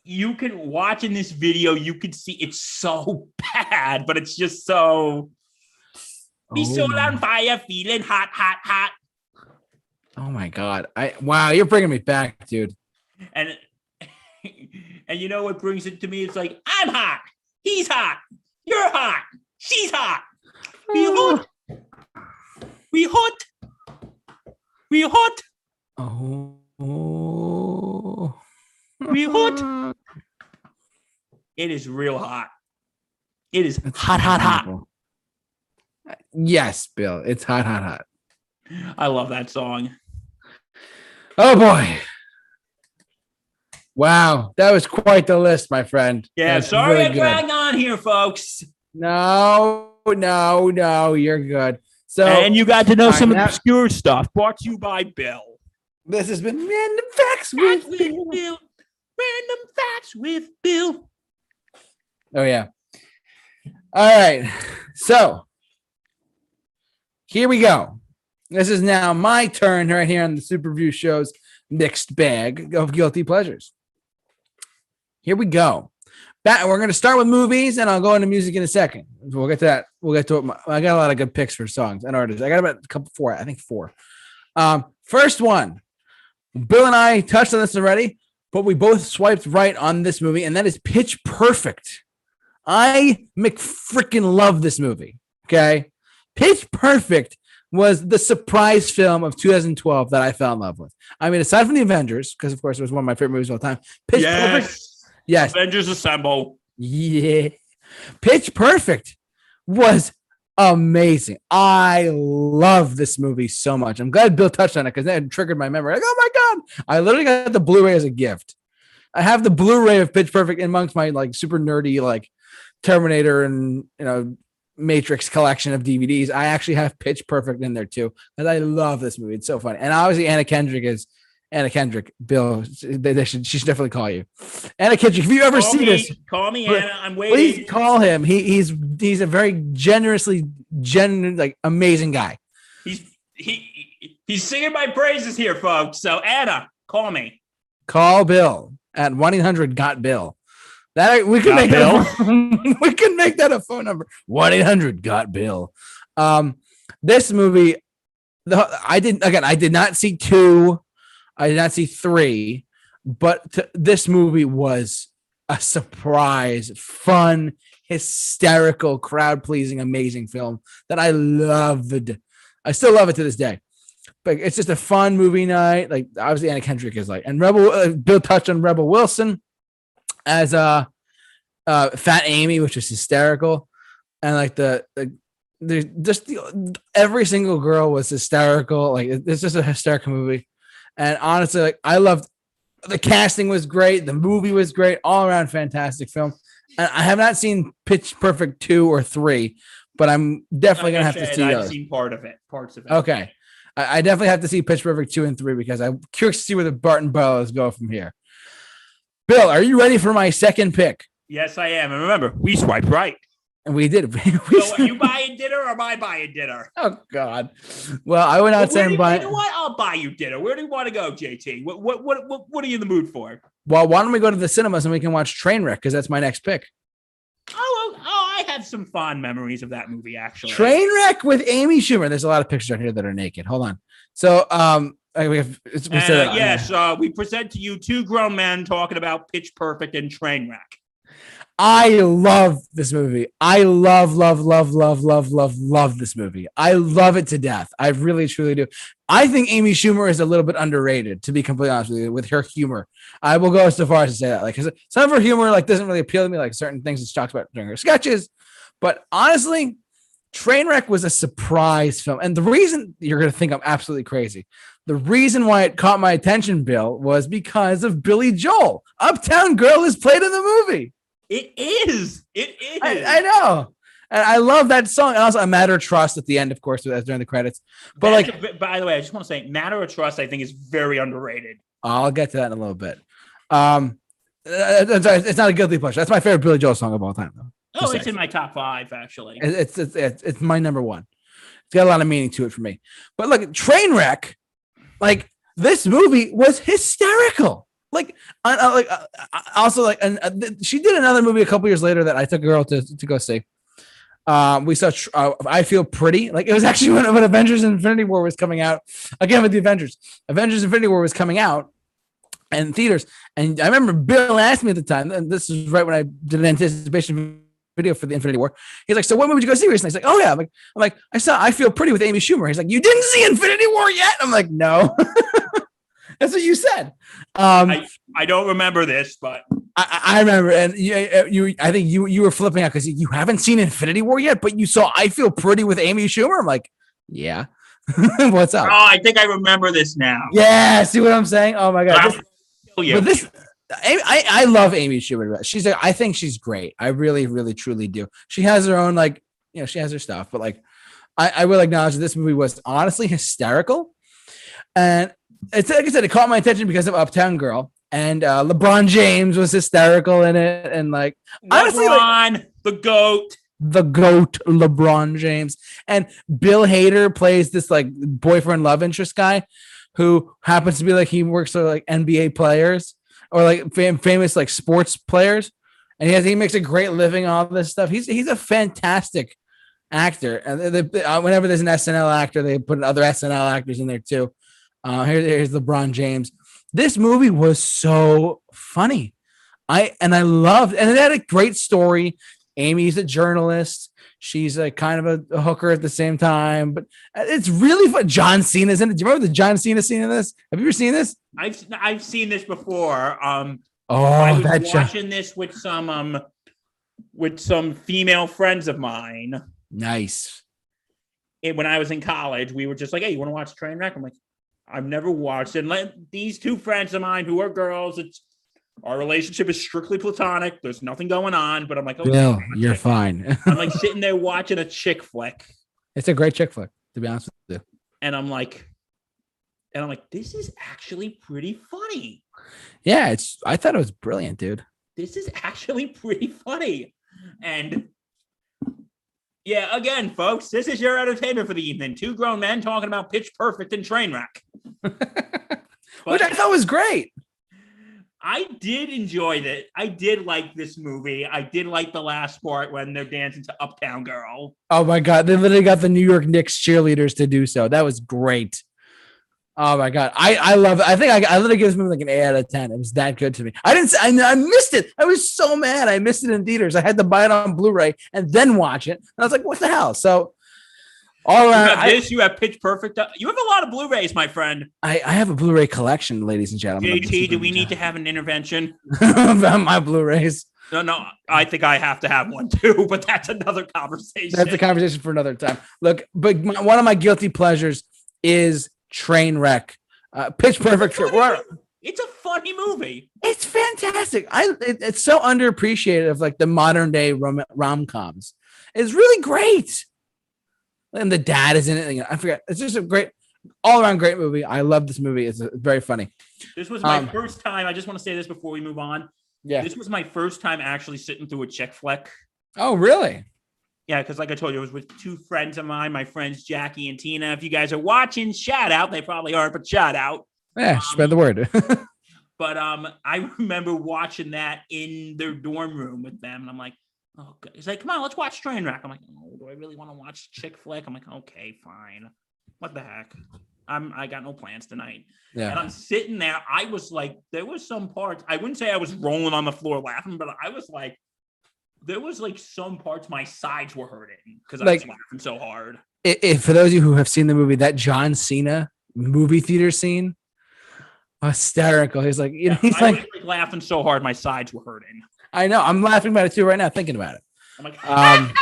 Speaker 2: You can watch in this video, you can see it's so bad, but it's just so be
Speaker 1: Oh,
Speaker 2: so
Speaker 1: my-
Speaker 2: on fire, feeling hot, hot, hot.
Speaker 1: Oh my god! I wow, you're bringing me back, dude.
Speaker 2: And and you know what brings it to me? It's like I'm hot, he's hot, you're hot, she's hot, we
Speaker 1: Oh.
Speaker 2: hot, we hot, we hot,
Speaker 1: Oh, oh.
Speaker 2: we hot. It is real hot. It is hot, hot, hot.
Speaker 1: Yes, Bill. It's hot, hot, hot.
Speaker 2: I love that song.
Speaker 1: Oh boy. Wow, that was quite the list, my friend.
Speaker 2: Yeah,
Speaker 1: That's
Speaker 2: sorry
Speaker 1: really
Speaker 2: I
Speaker 1: good.
Speaker 2: dragged on here, folks.
Speaker 1: No, no, no, you're good. So
Speaker 2: and you got to know
Speaker 1: Fine,
Speaker 2: some
Speaker 1: that-
Speaker 2: obscure stuff. Brought to you by Bill.
Speaker 3: This has been Man the Facts with
Speaker 2: Facts with Bill. Random facts with Bill.
Speaker 1: Oh yeah. All right. So here we go. This is now my turn right here on the Superview Show's mixed bag of guilty pleasures. Here we go. That we're going to start with movies, and I'll go into music in a second. We'll get to that. We'll get to it. My- I got a lot of good picks for songs and artists. I got about a couple four. I think four. Um, first one. Bill and I touched on this already, but we both swiped right on this movie, and that is Pitch Perfect. I McFrickin love this movie. Okay. Pitch Perfect was the surprise film of 2012 that I fell in love with. I mean, aside from the Avengers, because of course it was one of my favorite movies of all time. Pitch Perfect. Yes.
Speaker 2: Avengers Assemble.
Speaker 1: Yeah. Pitch Perfect was amazing. I love this movie so much. I'm glad Bill touched on it because that triggered my memory. Like, oh my God. I literally got the Blu-ray as a gift. I have the Blu-ray of Pitch Perfect amongst my like super nerdy like Terminator and you know Matrix collection of DVDs. I actually have Pitch Perfect in there too. Because I love this movie. It's so funny. And obviously Anna Kendrick is Anna Kendrick, Bill, they, they should she should definitely call you. Anna Kendrick, if you ever
Speaker 2: call
Speaker 1: see
Speaker 2: me,
Speaker 1: this,
Speaker 2: Call me,
Speaker 1: But
Speaker 2: Anna. I'm
Speaker 1: please
Speaker 2: waiting.
Speaker 1: call him. He, he's he's a very generously gen like amazing guy.
Speaker 2: He's he he's singing my praises here, folks. So Anna, call me.
Speaker 1: Call Bill at 1 800 Got Bill. That we could
Speaker 2: Got
Speaker 1: make that a- we could make that a phone number. 1 800 Got Bill. Um, this movie, the, I didn't again, I did not see two, I did not see three, but th- this movie was a surprise, fun, hysterical, crowd pleasing, amazing film that I loved. I still love it to this day. But it's just a fun movie night. Like obviously Anna Kendrick is like, and Rebel uh, Bill touched on Rebel Wilson as uh, uh Fat Amy, which is hysterical, and like the the, the just the, every single girl was hysterical. Like it- it's just a hysterical movie, and honestly, like I loved the casting was great, the movie was great, all around fantastic film. And I have not seen Pitch Perfect two or three, but I'm definitely gonna have to see
Speaker 2: I've
Speaker 1: those.
Speaker 2: seen part of it, parts of it.
Speaker 1: Okay. I, I definitely have to see Pitch Perfect two and three because I'm curious to see where the Barton Bellows go from here. Bill, are you ready for my second pick?
Speaker 2: Yes, I am. And remember, we swipe right.
Speaker 1: And we did. we-
Speaker 2: So are you buying dinner or am I buying dinner?
Speaker 1: oh God. Well, I would not
Speaker 2: Where do
Speaker 1: say
Speaker 2: you-
Speaker 1: buy.
Speaker 2: you know what? I'll buy you dinner. Where do you want to go, JT? What what what what, what are you in the mood for?
Speaker 1: Well, why don't we go to the cinemas and we can watch Trainwreck because that's my next pick.
Speaker 2: Oh, oh, oh, I have some fond memories of that movie actually.
Speaker 1: Trainwreck with Amy Schumer. There's a lot of pictures on here that are naked. Hold on. So, um, I- we have. It's, we
Speaker 2: And,
Speaker 1: said
Speaker 2: uh,
Speaker 1: that-
Speaker 2: yes, uh, we present to you two grown men talking about Pitch Perfect and Trainwreck.
Speaker 1: I love this movie. I love, love, love, love, love, love, love this movie. I love it to death. I really, truly do. I think Amy Schumer is a little bit underrated, to be completely honest with you, with her humor. I will go so far as to say that, like, 'cause some of her humor like doesn't really appeal to me, like certain things that she talks about during her sketches. But honestly, Trainwreck was a surprise film, and the reason you're going to think I'm absolutely crazy. The reason why it caught my attention, Bill, was because of Billy Joel. Uptown Girl is played in the movie.
Speaker 2: It is. It is.
Speaker 1: I, I know. And I love that song. And also, a matter of trust at the end, of course, as during the credits. But
Speaker 2: That's
Speaker 1: like,
Speaker 2: a bit- by the way, I just want to say, Matter of Trust, I think is very underrated.
Speaker 1: I'll get to that in a little bit. Um, uh, it's it's not a guilty pleasure. That's my favorite Billy Joel song of all time, though.
Speaker 2: Oh,
Speaker 1: Just
Speaker 2: it's in my top five actually.
Speaker 1: It- It's it's it's, it's my number one. It's got a lot of meaning to it for me. But look, Trainwreck, like this movie was hysterical. Like, I, I- like I- I- also like, and uh, th- she did another movie a couple years later that I took a girl to to go see. Um, we saw Tr- uh, I Feel Pretty. Like it was actually when, when Avengers Infinity War was coming out. Again with the Avengers, Avengers Infinity War was coming out, and theaters. And I remember Bill asked me at the time, and this is right when I did an anticipation video for the Infinity War. He's like, so what movie did you go see recently? He's like, oh yeah. I'm like, I'm like, I saw I Feel Pretty with Amy Schumer. He's like, you didn't see Infinity War yet? I'm like, no. That's what you said. Um,
Speaker 2: I don't remember this, but
Speaker 1: I, I remember, and you, uh, you, I think you, you were flipping out because you haven't seen Infinity War yet, but you saw I Feel Pretty with Amy Schumer. I'm like, yeah, what's
Speaker 2: oh,
Speaker 1: up?
Speaker 2: I think I remember this now.
Speaker 1: Yeah, see what I'm saying? Oh my god,
Speaker 2: I'll
Speaker 1: this,
Speaker 2: kill you.
Speaker 1: but this, I, I, I love Amy Schumer. She's, a, I think she's great. I really, really, truly do. She has her own like, you know, she has her stuff, but like, I, I will acknowledge that this movie was honestly hysterical, and it's like I said, it caught my attention because of Uptown Girl. And uh, LeBron James was hysterical in it, and like honestly, like-
Speaker 2: LeBron, the goat.
Speaker 1: the goat LeBron James. And Bill Hader plays this like boyfriend love interest guy who happens to be like he works for like NBA players or like fam- famous like sports players. And he has he makes a great living all this stuff. He's he's a fantastic actor. And they, they- uh, whenever there's an SNL actor, they put other SNL actors in there too. Uh, here, here's LeBron James. This movie was so funny. I and I loved and it had a great story. Amy's a journalist. She's like kind of a, a hooker at the same time, but it's really fun. John Cena's in it. Do you remember the John Cena scene in this? Have you ever seen this?
Speaker 2: I've I've seen this before. Um, I
Speaker 1: Oh,
Speaker 2: was
Speaker 1: that John.
Speaker 2: watching this with some um, with some female friends of mine
Speaker 1: Nice.
Speaker 2: it, when I was in college. We were just like, "Hey, you want to watch Trainwreck?" I'm like, "I've never watched it." And let, these two friends of mine who are girls, it's our relationship is strictly platonic. There's nothing going on, but I'm like, okay.
Speaker 1: Bill, you're fine.
Speaker 2: I'm like sitting there watching a chick flick,
Speaker 1: it's a great chick flick, to be honest with you.
Speaker 2: and I'm like, and I'm like, this is actually pretty funny.
Speaker 1: Yeah, it's. I thought it was brilliant, dude.
Speaker 2: this is actually pretty funny. And yeah, again, folks, this is your entertainment for the evening. Two grown men talking about pitch perfect and train wreck.
Speaker 1: Which I thought was great.
Speaker 2: I did enjoy it. I did like this movie. I did like the last part when they're dancing to Uptown Girl.
Speaker 1: Oh my god, they literally got the New York Knicks cheerleaders to do so. That was great. Oh my god, I I love it. I think I, I literally give this movie like an eight out of ten. It was that good to me. I didn't. I, I missed it. I was so mad. I missed it in theaters. I had to buy it on Blu-ray and then watch it. And I was like, what the hell? So all
Speaker 2: You
Speaker 1: around,
Speaker 2: have
Speaker 1: I,
Speaker 2: this. You have Pitch Perfect. Uh, You have a lot of Blu-rays, my friend.
Speaker 1: I I have a Blu-ray collection, ladies and gentlemen. of
Speaker 2: JT,
Speaker 1: this
Speaker 2: do we
Speaker 1: movie.
Speaker 2: need to have an intervention?
Speaker 1: about my Blu-rays?
Speaker 2: No, no. I think I have to have one too, but that's another conversation.
Speaker 1: That's a conversation for another time. Look, but my, one of my guilty pleasures is Trainwreck, uh, Pitch Perfect. We're- we're-
Speaker 2: it's a funny movie.
Speaker 1: It's fantastic. I it, it's so underappreciated of like the modern day rom rom coms. It's really great, and the dad is in it. You know, I forget. It's just a great, all around great movie. I love this movie. It's uh, very funny.
Speaker 2: This was my
Speaker 1: Um,
Speaker 2: first time. I just want to say this before we move on.
Speaker 1: Yeah.
Speaker 2: This was my first time actually sitting through a check flick.
Speaker 1: Oh, really?
Speaker 2: Yeah, because like I told you, it was with two friends of mine, my friends Jackie and Tina. If you guys are watching, shout out. They probably aren't, but shout out.
Speaker 1: Yeah. spread the word.
Speaker 2: But um, I remember watching that in their dorm room with them, and I'm like, oh, God. he's like, come on, let's watch Trainwreck. I'm like, oh, do I really want to watch chick flick? I'm like, okay, fine. What the heck? I'm I got no plans tonight. And
Speaker 1: yeah.
Speaker 2: I'm sitting there. I was like, there was some parts. I wouldn't say I was rolling on the floor laughing, but I was like, there was like some parts my sides were hurting because I was
Speaker 1: Like-
Speaker 2: laughing so hard.
Speaker 1: I i- for those of you who have seen the movie, that John Cena movie theater scene, hysterical. He's like, you know, he's
Speaker 2: I
Speaker 1: like,
Speaker 2: was like laughing so hard my sides were hurting.
Speaker 1: I know. I'm laughing about it too right now, thinking about it.
Speaker 2: I'm like,
Speaker 1: Um,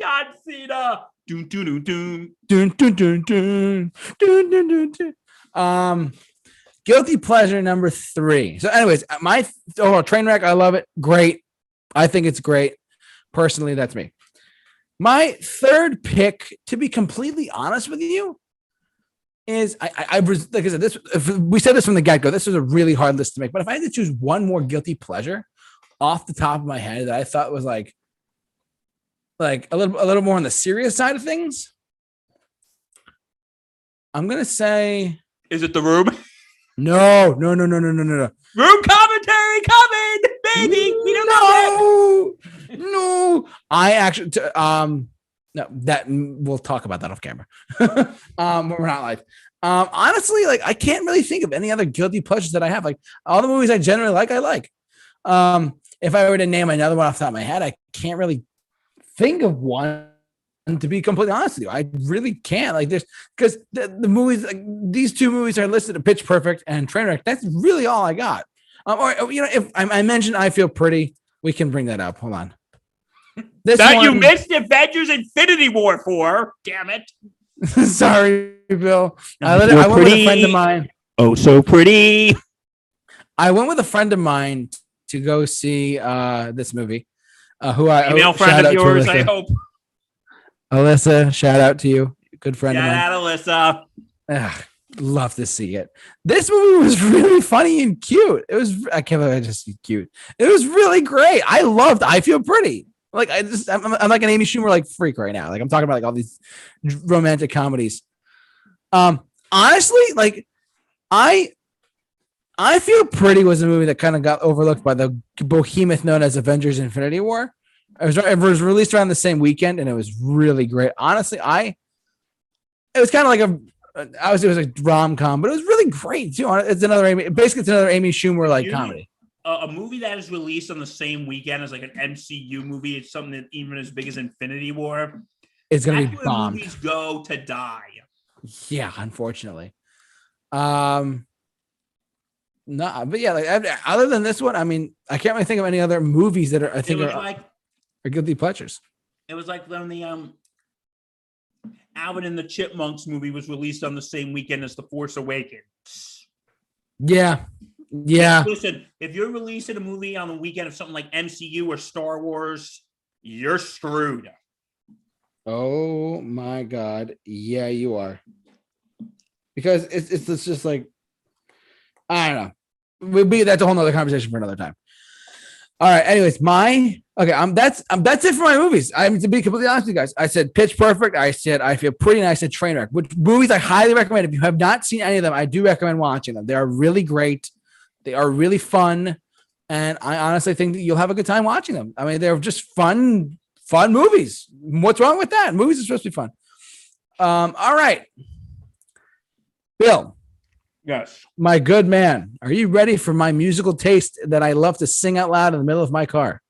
Speaker 2: John Cena. Doom, doom, doom, doom.
Speaker 1: Dun, dun, dun, dun. Dun, dun, dun, dun. Um, guilty pleasure number three. So, anyways, my th- overall train wreck. I love it. Great. I think it's great. Personally, that's me. My third pick, to be completely honest with you, is I, I, I was like I said this. If we said this from the get go. This was a really hard list to make. But if I had to choose one more guilty pleasure off the top of my head that I thought was like, like a little a little more on the serious side of things, I'm gonna say
Speaker 2: Is it the room?
Speaker 1: no, no, no, no, no, no, no, no.
Speaker 2: Room commentary coming, baby. We don't know. It.
Speaker 1: no, no. I actually, t- um, no, that mm, we'll talk about that off camera. um, when we're not live. Um, honestly, like I can't really think of any other guilty pleasures that I have. Like all the movies I generally like, I like. Um, if I were to name another one off the top of my head, I can't really think of one. And to be completely honest with you, I really can't. Like there's because the, the movies, like these two movies are listed: Pitch Perfect and Trainwreck. That's really all I got. Um, or or, you know, if I, I mentioned I feel pretty, we can bring that up. Hold on. This
Speaker 2: That you
Speaker 1: one-
Speaker 2: missed Avengers Infinity War for. Damn it.
Speaker 1: Sorry, Bill. I,
Speaker 2: You
Speaker 1: let it-
Speaker 2: were
Speaker 1: I went with a friend of
Speaker 2: pretty.
Speaker 1: mine.
Speaker 2: Oh, so pretty.
Speaker 1: I went with a friend of mine to go see uh, this movie. Uh, who I
Speaker 2: Female
Speaker 1: oh, shout
Speaker 2: friend
Speaker 1: out
Speaker 2: of
Speaker 1: to
Speaker 2: yours, I
Speaker 1: Alyssa.
Speaker 2: hope.
Speaker 1: Alyssa, shout out to you, good friend of mine.
Speaker 2: Yeah, Alyssa.
Speaker 1: Ugh, love to see it. This movie was really funny and cute. It was I can't believe I just said cute. It was really great. I loved I Feel Pretty. Like I just I'm, I'm like an Amy Schumer like freak right now. Like I'm talking about like all these romantic comedies. Um honestly, like I I Feel Pretty was a movie that kind of got overlooked by the behemoth known as Avengers Infinity War. It was, it was released around the same weekend and it was really great. Honestly, I it was kind of like a uh, obviously it was a rom com, but it was really great too. It's another Amy, basically it's another Amy Schumer like
Speaker 2: You-
Speaker 1: comedy.
Speaker 2: a, a movie that is released on the same weekend as like an MCU movie. It's something that even as big as Infinity War.
Speaker 1: It's gonna
Speaker 2: that's
Speaker 1: be
Speaker 2: where
Speaker 1: bombed.
Speaker 2: movies go to die.
Speaker 1: Yeah, unfortunately. Um, no, but yeah, like I- other than this one, I mean, I can't really think of any other movies that are I
Speaker 2: It
Speaker 1: think
Speaker 2: was
Speaker 1: are,
Speaker 2: like
Speaker 1: are guilty pleasures.
Speaker 2: it was like when the um Alvin and the Chipmunks movie was released on the same weekend as The Force Awakens.
Speaker 1: Yeah, yeah,
Speaker 2: Listen, if you're releasing a movie on the weekend of something like MCU or Star Wars, you're screwed.
Speaker 1: Oh my god. Yeah, you are. Because it's it's, it's just like I don't know. We'll be that's a whole nother conversation for another time. All right. Anyways, my okay. Um, that's um, that's it for my movies. I'm to be completely honest with you guys. I said Pitch Perfect. I said I feel pretty. And I said Trainwreck. Which movies I highly recommend. If you have not seen any of them, I do recommend watching them. They are really great. They are really fun, and I honestly think that you'll have a good time watching them. I mean, they're just fun, fun movies. What's wrong with that? Movies are supposed to be fun. Um, all right, Bill,
Speaker 2: Yes.
Speaker 1: my good man, are you ready for my musical taste that I love to sing out loud in the middle of my car?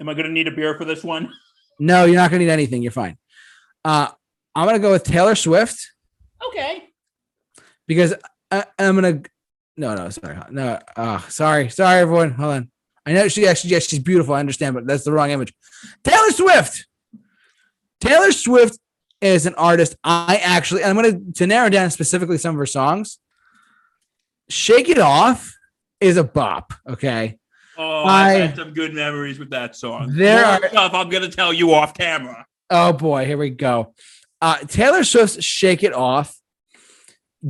Speaker 2: Am I going to need a beer for this one?
Speaker 1: No, you're not going to need anything. You're fine. Uh, I'm going to go with Taylor Swift.
Speaker 2: Okay.
Speaker 1: because I, I'm gonna. No, no, sorry, no, uh, sorry, sorry, everyone. Hold on. I know she actually, yes, she's beautiful. I understand, but that's the wrong image. Taylor Swift. Taylor Swift is an artist. I actually, and I'm gonna to narrow down specifically some of her songs. Shake It Off is a bop. Okay,
Speaker 2: Oh, I
Speaker 1: I-
Speaker 2: had some good memories with that song.
Speaker 1: There
Speaker 2: More stuff I'm going to tell you off camera.
Speaker 1: Oh boy, here we go. Uh, Taylor Swift's "Shake It Off"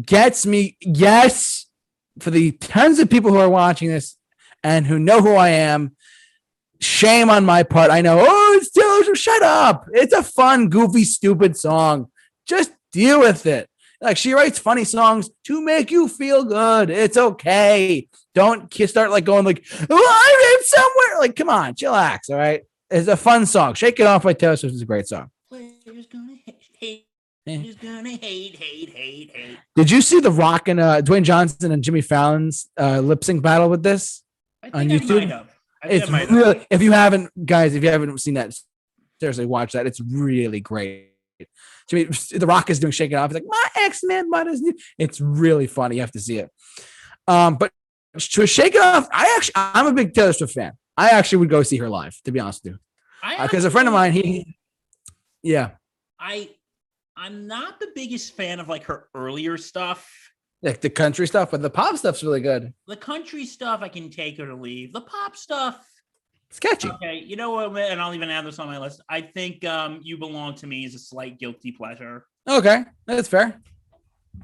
Speaker 1: gets me. Yes, for the tons of people who are watching this and who know who I am, shame on my part. I know. Oh, it's Taylor Swift. Shut up! It's a fun, goofy, stupid song. Just deal with it. Like she writes funny songs to make you feel good. It's okay. Don't ki- start like going like, oh, I'm somewhere. Like, come on, chillax. All right. It's a fun song. Shake It Off by Taylor Swift is a great song.
Speaker 2: Players gonna hate,
Speaker 1: Yeah.
Speaker 2: haters gonna hate, hate, hate, hate.
Speaker 1: Did you see The Rock and uh, Dwayne Johnson and Jimmy Fallon's uh, lip sync battle with this?
Speaker 2: I think
Speaker 1: On
Speaker 2: I
Speaker 1: YouTube?
Speaker 2: might have. I think
Speaker 1: It's
Speaker 2: I might have.
Speaker 1: really, if you haven't, guys, if you haven't seen that, seriously, watch that. It's really great. Jimmy, The Rock is doing Shake It Off. It's like, my ex man, my is new. It's really funny. You have to see it. Um, but to Shake It Off, I actually, I'm a big Taylor Swift fan. I actually would go see her live, to be honest with you.
Speaker 2: I
Speaker 1: Because a friend of
Speaker 2: honestly-
Speaker 1: mine, he, yeah,
Speaker 2: I I'm not the biggest fan of like her earlier stuff.
Speaker 1: like the country stuff, but the pop stuff's really good.
Speaker 2: The country stuff I can take or leave. The pop stuff,
Speaker 1: It's catchy.
Speaker 2: okay. You know what? And I'll even add this on my list. I think um "You Belong to Me" is a slight guilty pleasure.
Speaker 1: Okay, that's fair.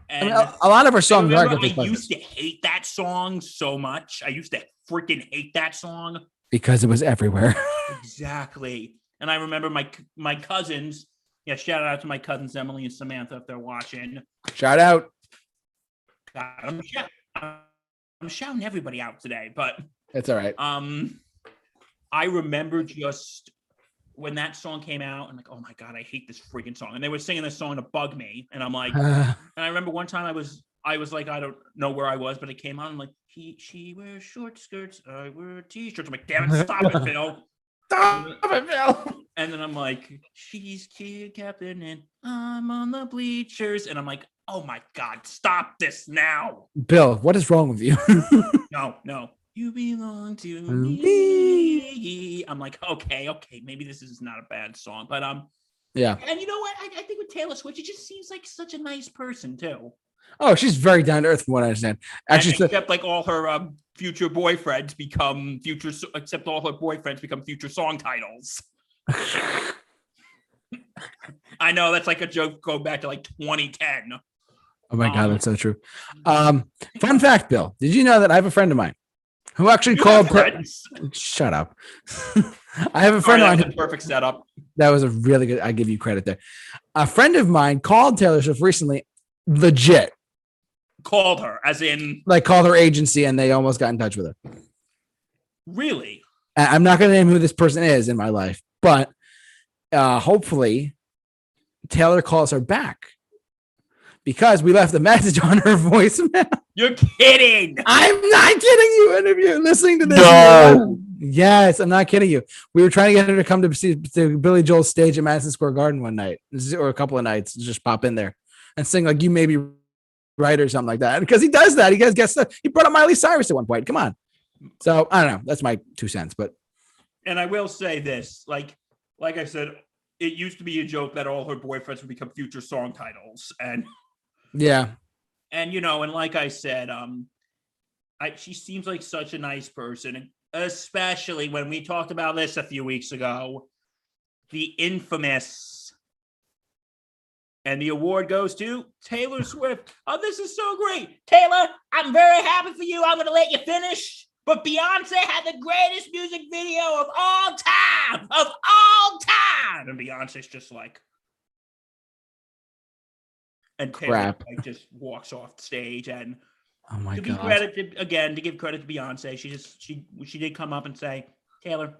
Speaker 1: I
Speaker 2: And
Speaker 1: mean, uh, a, a lot of her
Speaker 2: I,
Speaker 1: songs are
Speaker 2: remember
Speaker 1: guilty
Speaker 2: I
Speaker 1: pleasures
Speaker 2: used to hate that song so much. I used to freaking hate that song.
Speaker 1: because it was everywhere.
Speaker 2: Exactly. And I remember my c- my cousins. Yeah, shout out to my cousins Emily and Samantha if they're watching.
Speaker 1: Shout out.
Speaker 2: God, I'm, shout- I'm shouting everybody out today, but
Speaker 1: That's all right.
Speaker 2: um, I remember just when that song came out, and like, oh my god, I hate this freaking song. And they were singing this song to bug me, and I'm like, and
Speaker 1: Uh,
Speaker 2: I remember one time I was, I was like, I don't know where I was, but it came on. I'm like, he, she wears short skirts, I wear t-shirts. I'm like, damn it, stop it, Phil.
Speaker 1: stop it, Bill.
Speaker 2: And then I'm like, she's cute, Captain, and I'm on the bleachers. And I'm like, oh my God, stop this now.
Speaker 1: Bill, what is wrong with you?
Speaker 2: No, no. You belong to
Speaker 1: To
Speaker 2: me. I'm like, okay, okay, maybe this is not a bad song, but um,
Speaker 1: Yeah.
Speaker 2: And you know what? I, I think with Taylor Swift, she just seems like such a nice person too.
Speaker 1: oh, she's very down to earth from what I understand. Actually,
Speaker 2: And except like all her um, future boyfriends become future, s- except all her boyfriends become future song titles. I know that's like a joke going back to like 2010.
Speaker 1: oh my God,
Speaker 2: um,
Speaker 1: that's so true. Um, fun fact, Bill, did you know that I have a friend of mine who actually
Speaker 2: You
Speaker 1: called?
Speaker 2: have Oh,
Speaker 1: per-
Speaker 2: friends.
Speaker 1: Shut up. I have a
Speaker 2: Sorry,
Speaker 1: friend
Speaker 2: that
Speaker 1: of mine.
Speaker 2: was a perfect setup.
Speaker 1: That was a really good. I give you credit there. A friend of mine called Taylor Swift recently, legit,
Speaker 2: Called her, as in
Speaker 1: like called her agency, and they almost got in touch with her.
Speaker 2: really.
Speaker 1: I- I'm not going to name who this person is in my life, but uh, hopefully Taylor calls her back because we left a message on her voicemail.
Speaker 2: You're kidding.
Speaker 1: I'm not kidding you. And if you're listening to this,
Speaker 4: No.
Speaker 1: yes, I'm not kidding you. We were trying to get her to come to see to Billy Joel's stage at Madison Square Garden one night or a couple of nights, just pop in there and sing like you may be right or something like that. Because he does that. He guys gets stuff. He brought up Miley Cyrus at one point. Come on. So I don't know. That's my two cents, but
Speaker 2: and I will say this, like like I said, it used to be a joke that all her boyfriends would become future song titles, and
Speaker 1: yeah.
Speaker 2: and you know, and like I said, um, I she seems like such a nice person, and especially when we talked about this a few weeks ago, the infamous. And the award goes to Taylor Swift. Oh, this is so great. Taylor, I'm very happy for you. I'm going to let you finish. But Beyonce had the greatest music video of all time, of all time. And Beyonce's just like, and Taylor
Speaker 1: Crap.
Speaker 2: like, just walks off stage. And
Speaker 1: Oh my
Speaker 2: to be
Speaker 1: god.
Speaker 2: credit to, again to give credit to Beyonce, she just she she did come up and say, "Taylor,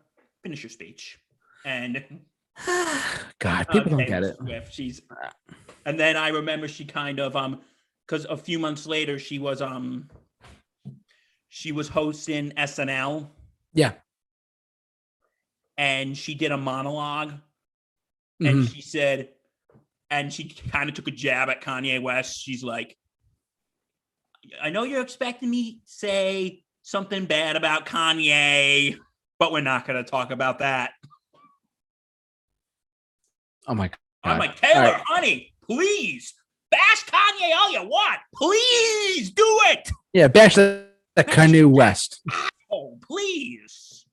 Speaker 2: finish your speech." And
Speaker 1: God,
Speaker 2: uh,
Speaker 1: people don't
Speaker 2: Taylor
Speaker 1: get it. Ah.
Speaker 2: Swift, she's and then I remember she kind of um because a few months later she was um she was hosting SNL.
Speaker 1: Yeah.
Speaker 2: And she did a monolog
Speaker 1: Mhm.
Speaker 2: and she said, and she kind of took a jab at Kanye West. She's like, I know you're expecting me to say something bad about Kanye, but we're not going to talk about that.
Speaker 1: Oh my god.
Speaker 2: I'm
Speaker 1: Right.
Speaker 2: like, Taylor,
Speaker 1: Alright.
Speaker 2: honey, please bash Kanye all you want. Please do it.
Speaker 1: Yeah, bash the, the canoe west.
Speaker 2: Oh, please.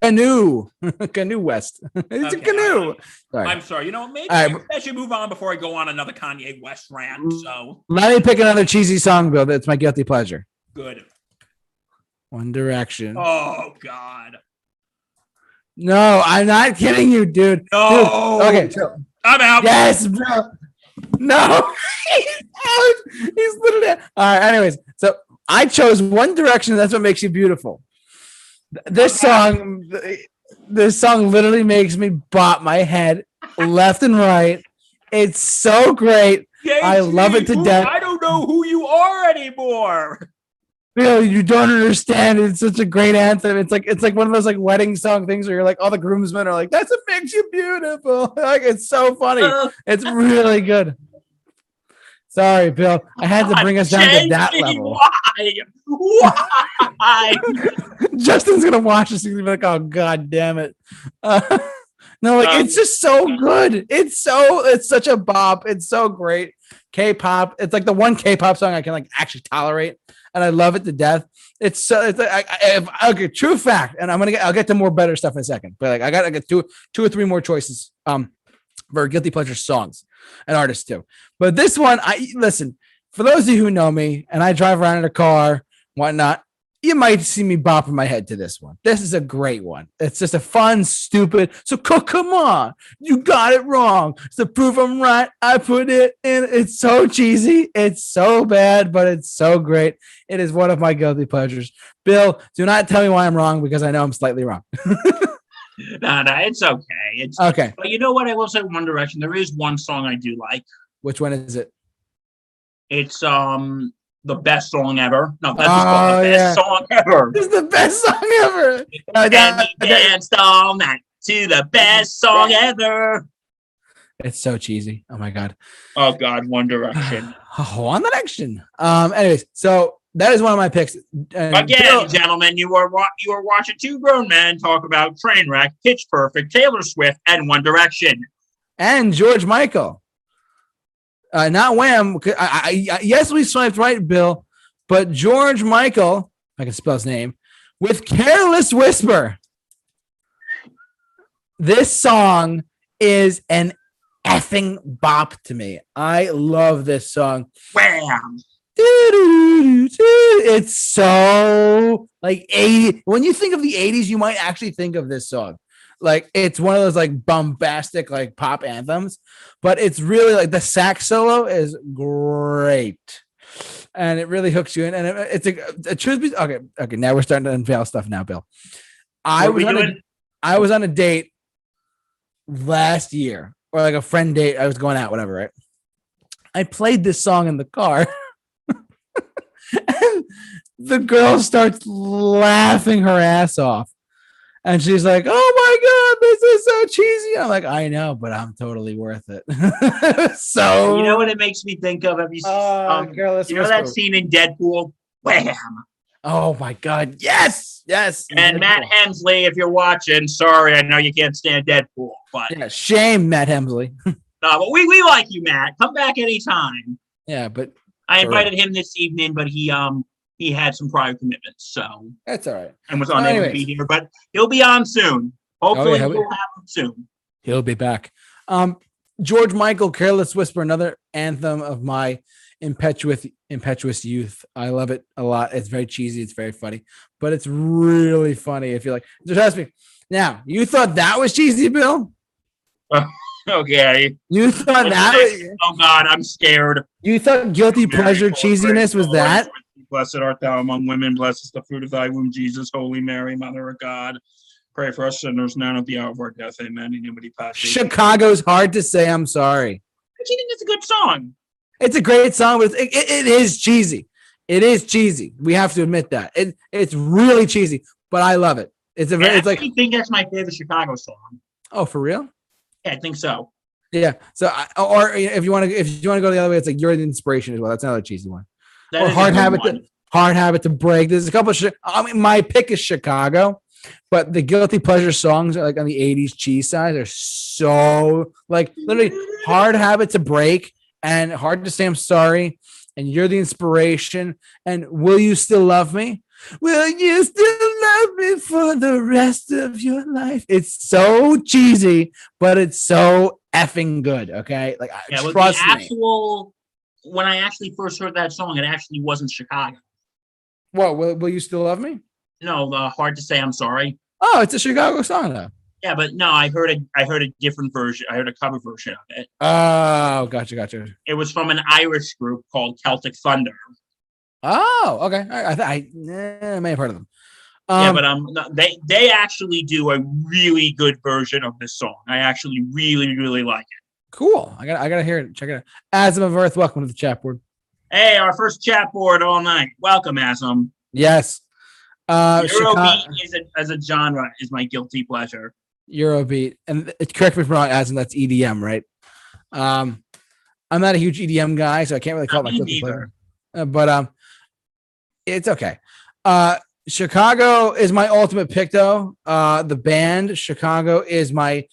Speaker 1: Canoe. canoe west. it's a
Speaker 2: Okay,
Speaker 1: canoe.
Speaker 2: alright.
Speaker 1: All right. Mm.
Speaker 2: I'm sorry. You know, maybe
Speaker 1: Alright.
Speaker 2: I should move on before I go on another Kanye West rant. So
Speaker 1: Let me pick another cheesy song, Bill. That's my guilty pleasure.
Speaker 2: good.
Speaker 1: One Direction.
Speaker 2: Oh, God.
Speaker 1: No, I'm not kidding you, dude.
Speaker 2: Oh, No.
Speaker 1: Okay, so
Speaker 2: I'm out.
Speaker 1: yes, bro. No, he's out. He's literally out. all right. Anyways, so I chose One Direction. That's what makes you beautiful. Th- This song, th- this song literally makes me bop my head left and right. It's so great. I love it to
Speaker 2: who-
Speaker 1: death.
Speaker 2: I don't know who you are anymore.
Speaker 1: Bill, you don't understand. It's such a great anthem. It's like it's like one of those like wedding song things where you're like all the groomsmen are like, "That's what makes you beautiful." Like it's so funny.
Speaker 2: Uh,
Speaker 1: It's really good. Sorry, Bill. I had to bring us down to
Speaker 2: Jenny,
Speaker 1: that level.
Speaker 2: Why? Why?
Speaker 1: Justin's gonna watch this and be like, "Oh God damn it!" Uh, no, like
Speaker 2: Um,
Speaker 1: it's just so good. It's so it's such a bop. It's so great. K-pop. It's like the one K-pop song I can like actually tolerate, and I love it to death. It's so it's like I, I, if, okay. True fact, and I'm gonna get I'll get to more better stuff in a second. But like I gotta get two two or three more choices. Um, for guilty pleasure songs and artists too. But this one, I listen. For those of you who know me, and I drive around in a car, whatnot you might see me bopping my head to this one. This is a great one. It's just a fun, stupid. So co- come on, you got it wrong. So prove I'm right. I put it in. It's so cheesy. It's so bad, but it's so great. It is one of my guilty pleasures. Bill, do not tell me why I'm wrong because I know I'm slightly wrong.
Speaker 2: no, no, it's okay. It's
Speaker 1: Okay,
Speaker 2: but you know what? I will say One Direction. There is one song I do like.
Speaker 1: which one is it?
Speaker 2: It's um the best song ever. No, that's
Speaker 1: Oh,
Speaker 2: the
Speaker 1: yeah.
Speaker 2: best song ever.
Speaker 1: This is the best song ever. Uh,
Speaker 2: And
Speaker 1: yeah,
Speaker 2: we danced all night to the best song ever.
Speaker 1: It's so cheesy. Oh my god.
Speaker 2: Oh God, One Direction.
Speaker 1: One Direction. Um. Anyways, so that is one of my picks. And
Speaker 2: Again,
Speaker 1: Bill-
Speaker 2: gentlemen, you are wa- you are watching two grown men talk about Trainwreck, Pitch Perfect, Taylor Swift, and One Direction.
Speaker 1: and George Michael. Uh, not Wham. c- I- I- I- yes, we swiped right, Bill, but George Michael, if I can spell his name, with Careless Whisper. This song is an effing bop to me. I love this song.
Speaker 2: Wham!
Speaker 1: It's so like 80. When you think of the 80s, you might actually think of this song. Like it's one of those like bombastic like pop anthems, but it's really like the sax solo is great. And it really hooks you in. And it- it's a, a truth be okay. Okay, now we're starting to unveil stuff now, Bill. I
Speaker 2: What are
Speaker 1: was
Speaker 2: we
Speaker 1: on a-
Speaker 2: doing?
Speaker 1: I was on a date last year, or like a friend date. I was going out, whatever, right? I played this song in the car. and the girl starts laughing her ass off. And she's like, oh my God, this is so cheesy. I'm like, I know, but I'm totally worth it. so,
Speaker 2: You know what it makes me think of? Have you seen
Speaker 1: uh,
Speaker 2: um,
Speaker 1: Careless
Speaker 2: you know that
Speaker 1: Whisper.
Speaker 2: scene in Deadpool? Wham!
Speaker 1: oh my God. Yes. Yes.
Speaker 2: And Matt Hensley, if you're watching, sorry, I know you can't stand Deadpool, but
Speaker 1: Yeah, shame, Matt Hemsley.
Speaker 2: uh, but we, we like you, Matt. Come back anytime.
Speaker 1: Yeah, but
Speaker 2: I
Speaker 1: Sure.
Speaker 2: invited him this evening, but he um he had some prior commitments, so
Speaker 1: that's all right.
Speaker 2: and was unable to be
Speaker 1: Anyways. Oh,
Speaker 2: here. But he'll be on soon. Hopefully,
Speaker 1: yeah, we-
Speaker 2: we'll have him soon.
Speaker 1: He'll be back. Um, George Michael, Careless Whisper, another anthem of my impetuous impetuous youth. I love it a lot. It's very cheesy. It's very funny, but it's really funny if you like. Just ask me. Now, you thought that was cheesy, Bill?
Speaker 2: Okay.
Speaker 1: You thought
Speaker 2: What's
Speaker 1: that
Speaker 2: next?
Speaker 1: was,
Speaker 2: Oh God, I'm scared.
Speaker 1: you thought guilty pleasure cheesiness was that?
Speaker 2: Blessed art thou among women, blessed is the fruit of thy womb, Jesus. Holy Mary, Mother of God, pray for us sinners now and at the hour of our death. Amen. Anybody pass?
Speaker 1: Chicago's hard to say. I'm sorry.
Speaker 2: you think it's a good song?
Speaker 1: It's a great song, but it, it, it is cheesy. It is cheesy. We have to admit that. It, it's really cheesy, but I love it. It's a very,
Speaker 2: I
Speaker 1: it's like,
Speaker 2: actually think that's my favorite Chicago song.
Speaker 1: oh, for real?
Speaker 2: Yeah, I think so.
Speaker 1: Yeah. So, I, or if you want to, if you want to go the other way, it's like you're the inspiration as well. That's another cheesy one.
Speaker 2: That
Speaker 1: Or
Speaker 2: is a
Speaker 1: Hard
Speaker 2: good
Speaker 1: Habit
Speaker 2: one.
Speaker 1: Hard habit to break. There's a couple. Of Chi- I mean, my pick is Chicago, but the guilty pleasure songs are like on the '80s cheese side. They're so like literally hard habit to break and hard to say I'm sorry. And you're the inspiration. And will you still love me? Will you still love me for the rest of your life? It's so cheesy, but it's so effing good. Okay, like I
Speaker 2: Yeah, well,
Speaker 1: trust
Speaker 2: the
Speaker 1: me.
Speaker 2: actual when I actually first heard that song, it actually wasn't Chicago.
Speaker 1: What will, will you still love me?
Speaker 2: No, the hard to say. I'm sorry.
Speaker 1: Oh, it's a Chicago song though.
Speaker 2: Yeah, but no, I heard a I heard a different version. I heard a cover version of it.
Speaker 1: Oh, gotcha, gotcha.
Speaker 2: It was from an Irish group called Celtic Thunder.
Speaker 1: Oh, okay. All right. I, th- I, eh, I may have heard of them. Um,
Speaker 2: yeah, but um, no, they they actually do a really good version of this song. I actually really really like
Speaker 1: cool. I got. I got to hear it. Check it out. Asim of Earth, welcome to the chat board.
Speaker 2: it. Hey, our first chat board all night. Welcome, Asim.
Speaker 1: Yes. Uh, Chica-
Speaker 2: Eurobeat is a, as a genre is my guilty pleasure.
Speaker 1: Eurobeat, and th- correct me if I'm wrong, Asim. That's EDM, right? Um, I'm not a huge EDM guy, so I can't really call it my
Speaker 2: Not me
Speaker 1: guilty
Speaker 2: neither.
Speaker 1: pleasure. Uh, but um, it's okay. Uh, Chicago is my ultimate pick, though. Uh, the band Chicago is my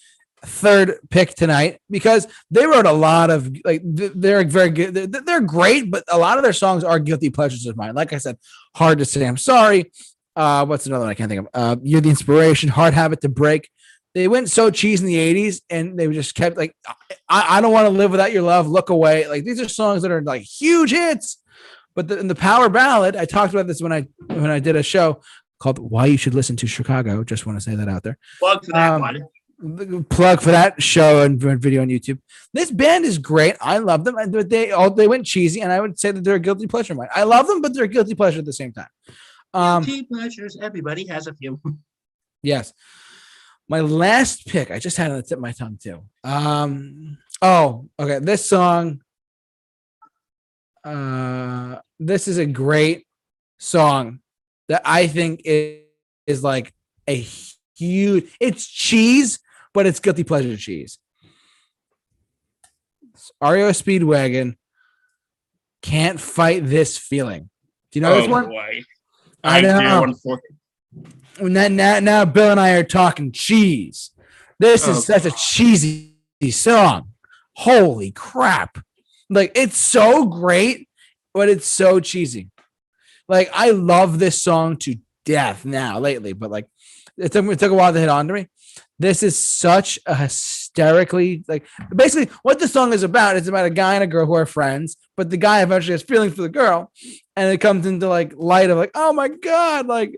Speaker 1: third pick tonight because they wrote a lot of like th- they're very good. They're, they're great, but a lot of their songs are guilty pleasures of mine. Like I said, hard to say. I'm sorry. Uh, what's another one I can't think of? Uh, You're the inspiration. Hard habit to break. They went so cheese in the '80s, and they just kept like, I, I don't want to live without your love. Look away. Like these are songs that are like huge hits. But the, in the power ballad, I talked about this when I when I did a show called "Why You Should Listen to Chicago." Just want to say that out there.
Speaker 2: Plug for that
Speaker 1: Um,
Speaker 2: one.
Speaker 1: Plug for that show and v- video on YouTube. This band is great. I love them, and but they all they went cheesy, and I would say that they're a guilty pleasure of mine. I love them, but they're a guilty pleasure at the same time. Um,
Speaker 2: guilty pleasures. Everybody has a few.
Speaker 1: Yes. My last pick, I just had it on the tip of my tongue too. Um, oh, okay. This song. Uh, this is a great song that I think is, is like a huge it's cheese, but it's guilty pleasure cheese. It's E REO Speedwagon can't fight this feeling. Do you know
Speaker 2: oh
Speaker 1: this one?
Speaker 2: boy.
Speaker 1: I
Speaker 2: I,
Speaker 1: know.
Speaker 2: do. Unfortunately.
Speaker 1: now, now, now Bill and I are talking cheese. This
Speaker 2: Oh,
Speaker 1: is such a
Speaker 2: God.
Speaker 1: cheesy song. Holy crap. Like it's so great, but it's so cheesy. Like I love this song to death now lately, but like it took, it took a while to hit on to me. This is such a hysterically like basically what the song is about. It's about a guy and a girl who are friends, but the guy eventually has feelings for the girl, and it comes into like light of like, oh my god, like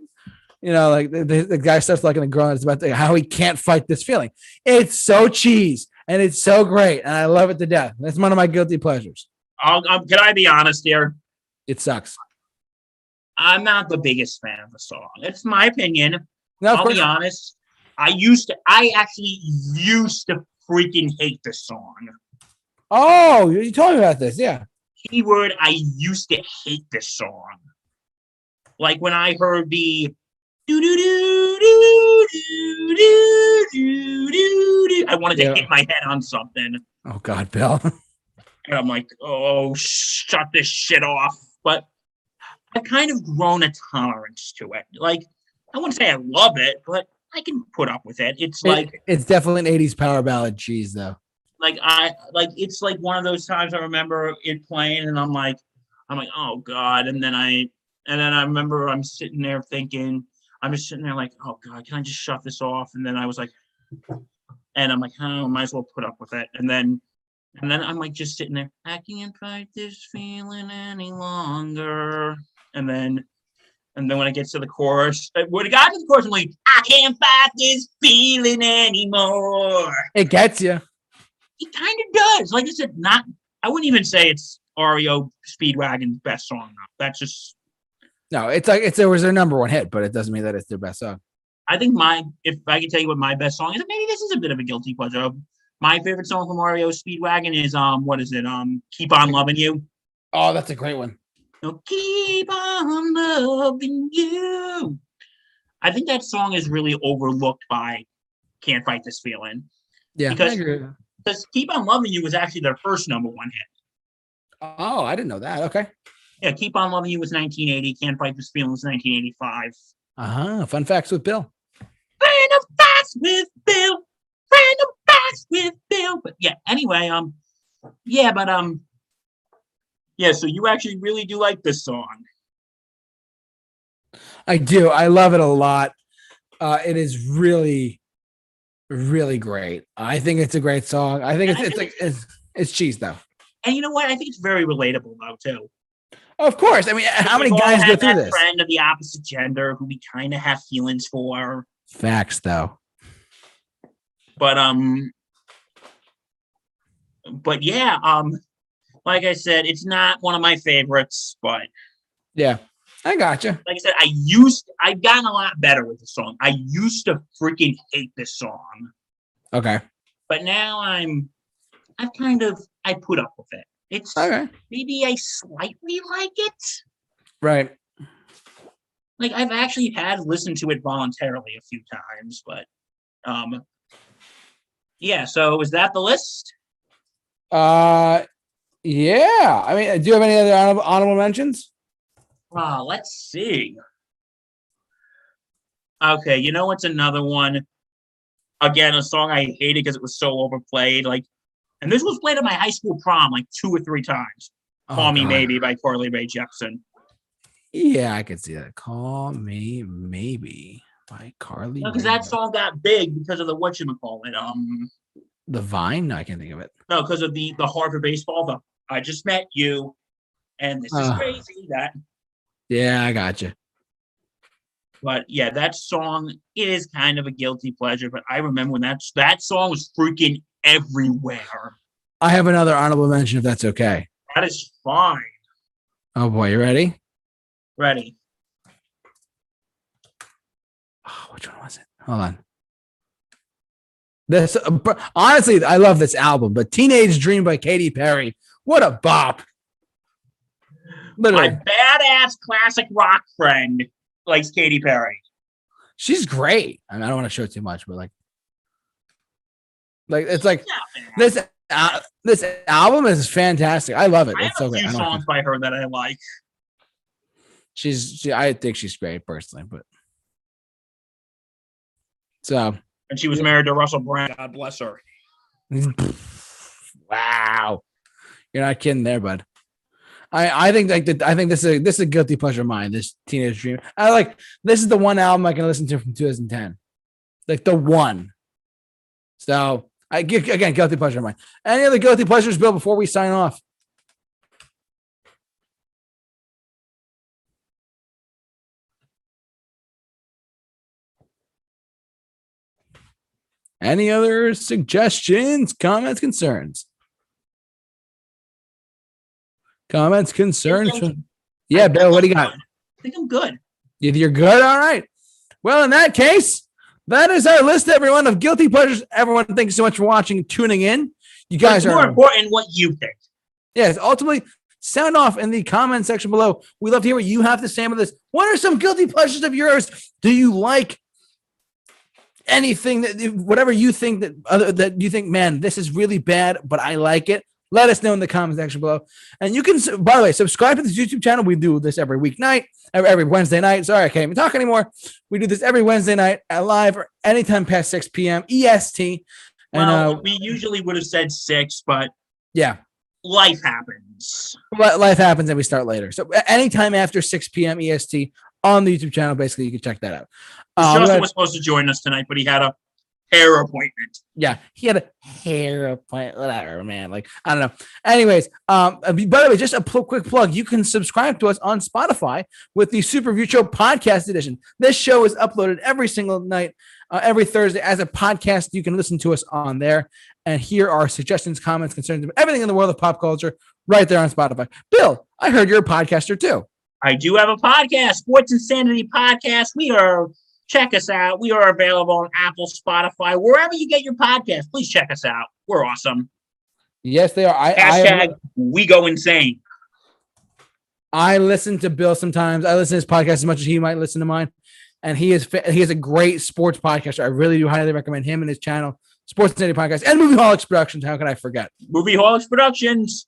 Speaker 1: you know, like the, the, the guy starts liking the girl, and it's about the, how he can't fight this feeling. It's so cheese, and it's so great, and I love it to death. That's one of my guilty pleasures.
Speaker 2: I'll, um, can I be honest here?
Speaker 1: It sucks.
Speaker 2: I'm not the biggest fan of the song. It's my opinion.
Speaker 1: No, of
Speaker 2: I'll
Speaker 1: course.
Speaker 2: be honest. I used to. I actually used to freaking hate this song.
Speaker 1: Oh, you, you told me about this. Yeah.
Speaker 2: Keyword. I used to hate this song. Like when I heard the. Do, do, do, do, do, do, do, do, do. I wanted to
Speaker 1: Yeah.
Speaker 2: hit my head on something.
Speaker 1: Oh God, Bill.
Speaker 2: and I'm like, oh, shut this shit off. But I've kind of grown a tolerance to it. Like, I wouldn't say I love it, but I can put up with it. It's like,
Speaker 1: It- it's definitely an '80s power ballad cheese, though.
Speaker 2: like I, like it's like one of those times I remember it playing, and I'm like, I'm like, oh god. And then I, and then I remember I'm sitting there thinking, I'm just sitting there like, oh god, can I just shut this off? And then I was like, and I'm like, oh, might as well put up with it. And then And then I'm like just sitting there, I can't fight this feeling any longer. And then, and then when it gets to the chorus, uh, when it got to the chorus, I'm like, I can't fight this feeling anymore.
Speaker 1: It gets you.
Speaker 2: It kind of does. E Like I said, not, I wouldn't even say it's REO Speedwagon's best song. Though. That's just
Speaker 1: No, it's like it's it was their number one hit, but it doesn't mean that it's their best song.
Speaker 2: I think my if I could tell you what my best song is, maybe this is a bit of a guilty pleasure. Uh, My favorite song from Mario Speedwagon is um what is it? Um Keep on Loving You.
Speaker 1: Oh, that's a great one.
Speaker 2: No, keep on loving you. I think that song is really overlooked by Can't Fight This Feeling.
Speaker 1: Yeah,
Speaker 2: Because-
Speaker 1: I agree. with that.
Speaker 2: Because Keep on Loving You was actually their first number one hit.
Speaker 1: Oh, I didn't know that. Okay.
Speaker 2: Yeah, Keep on Loving You was 1980, Can't Fight This Feeling was 1985.
Speaker 1: Uh huh. Fun facts with Bill.
Speaker 2: Random facts with Bill. Random facts with Bill. But yeah, anyway, um, yeah, but um, yeah. So you actually really do like this song.
Speaker 1: I do. I love it a lot. Uh, it is really, really great. I think it's a great song. I think it's,
Speaker 2: I
Speaker 1: it's like
Speaker 2: think-
Speaker 1: it's, it's cheese though.
Speaker 2: And you know what? I think it's very relatable though too.
Speaker 1: Of course. I mean, how many
Speaker 2: We've all
Speaker 1: guys go
Speaker 2: had
Speaker 1: through
Speaker 2: that
Speaker 1: this?
Speaker 2: Friend of the opposite gender who we kind of have feelings for,
Speaker 1: Facts though.
Speaker 2: but um, but yeah, um, like I said, it's not one of my favorites, but
Speaker 1: Yeah, I gotcha.
Speaker 2: like I said, I used I've gotten a lot better with the song. I used to freaking hate this song.
Speaker 1: Okay.
Speaker 2: but now I'm I've kind of I put up with it. It's
Speaker 1: Okay.
Speaker 2: maybe I slightly like it.
Speaker 1: Right.
Speaker 2: Like I've actually had listened to it voluntarily a few times, but um yeah, so is that the list?
Speaker 1: Uh, yeah. I mean, do you have any other honorable, honorable mentions?
Speaker 2: Uh, let's see. Okay, you know what's another one? Again, a song I hated because it was so overplayed. Like, and this was played at my high school prom like two or three times.
Speaker 1: Oh,
Speaker 2: Call Me
Speaker 1: God. Oh,
Speaker 2: Maybe by Carly Rae Jepsen.
Speaker 1: Yeah, I could see that. Call me maybe by Carly.
Speaker 2: No, because
Speaker 1: Rae
Speaker 2: that song got big because of the whatchamacallit. Um,
Speaker 1: The Vine. No, I can't think of it.
Speaker 2: no, because of the the Harvard baseball. The I just met you, and this is
Speaker 1: Ah.
Speaker 2: crazy. That,
Speaker 1: Yeah, I gotcha.
Speaker 2: but yeah, that song it is kind of a guilty pleasure. But I remember when that that song was freaking everywhere.
Speaker 1: I have another honorable mention if that's okay.
Speaker 2: That is fine.
Speaker 1: Oh boy, you ready?
Speaker 2: Ready?
Speaker 1: Oh, which one was it? Hold on. This uh, br- honestly, I love this album, but "Teenage Dream" by Katy Perry. What a bop!
Speaker 2: My
Speaker 1: Literally,
Speaker 2: badass classic rock friend likes Katy Perry.
Speaker 1: she's great. I, mean, I don't want to show too much, but like, like it's like
Speaker 2: Yeah, man.
Speaker 1: this. Uh, this album is fantastic. I love it.
Speaker 2: I have
Speaker 1: It's so
Speaker 2: a
Speaker 1: good.
Speaker 2: few
Speaker 1: I don't
Speaker 2: songs by her that I like.
Speaker 1: she's she, I think she's great personally, but so
Speaker 2: And she was married to Russell Brand. God bless her.
Speaker 1: wow, you're not kidding there, bud. I I think like that I think this is a, this is a guilty pleasure of mine. This teenage dream. I like this is the one album I can listen to from 2010, like the one. So I gi- again guilty pleasure of mine. Any other guilty pleasures, Bill? Before we sign off. Any other suggestions, comments, concerns? Comments, concerns? from- Yeah, Bill, what do you got?
Speaker 2: I think I'm good.
Speaker 1: If You're good. All right. Well, in that case, that is our list, everyone, of guilty pleasures. Everyone, thank you so much for watching and tuning in. You
Speaker 2: But
Speaker 1: guys
Speaker 2: it's more
Speaker 1: are
Speaker 2: important what you think.
Speaker 1: yes. Ultimately, sound off in the comment section below. We love to hear what you have to say about this. What are some guilty pleasures of yours? Do you like anything that whatever you think that other that you think, man, this is really bad, but I like it? Let us know in the comment section below. And you can, s- by the way, subscribe to this YouTube channel. We do this every weeknight, every, every Wednesday night. Sorry, I can't even talk anymore. We do this every Wednesday night at live or anytime past 6 p.m. EST. E And
Speaker 2: Well,
Speaker 1: uh,
Speaker 2: we usually would have said six, but
Speaker 1: yeah,
Speaker 2: life happens.
Speaker 1: Li- life happens and we start later. So a- anytime after 6 p.m. EST E on the YouTube channel, basically, you can check that out. Um,
Speaker 2: Justin
Speaker 1: but-
Speaker 2: was supposed to join us tonight, but he had a hair appointment.
Speaker 1: yeah, he had a hair appointment, whatever, man. Like, I don't know. Anyways, um, uh, by the way, just a pl- quick plug you can subscribe to us on Spotify with the Super View Show Podcast Edition. This show is uploaded every single night, uh, every Thursday as a podcast. You can listen to us on there and hear our suggestions, comments, concerns, everything in the world of pop culture right there on Spotify. Bill, I heard you're a podcaster too.
Speaker 2: I do have a podcast, Sports Insanity Podcast. We are check us out. We are available on Apple, Spotify, wherever you get your podcast. Please check us out. We're awesome.
Speaker 1: Yes, they are. I, I,
Speaker 2: Hashtag we go insane.
Speaker 1: I listen to Bill sometimes. I listen to his podcast as much as he might listen to mine, and he is fa- he is a great sports podcaster. I really do highly recommend him and his channel, Sports Insanity Podcast and Movie Holics Productions. How can I forget?
Speaker 2: Movie Holics Productions.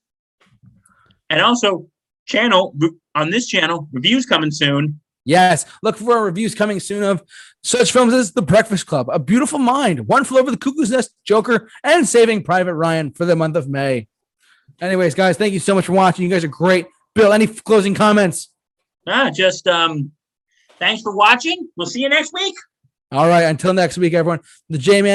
Speaker 2: And also channel on this channel, reviews coming soon.
Speaker 1: Yes, look for our reviews coming soon of such films as The Breakfast Club, A Beautiful Mind, One Flew Over the Cuckoo's Nest, Joker, and Saving Private Ryan for the month of May. Anyways, guys, thank you so much for watching. You guys are great. Bill, any f- closing comments?
Speaker 2: Ah, just um thanks for watching. We'll see you next week.
Speaker 1: All right, until next week, everyone. The J Man.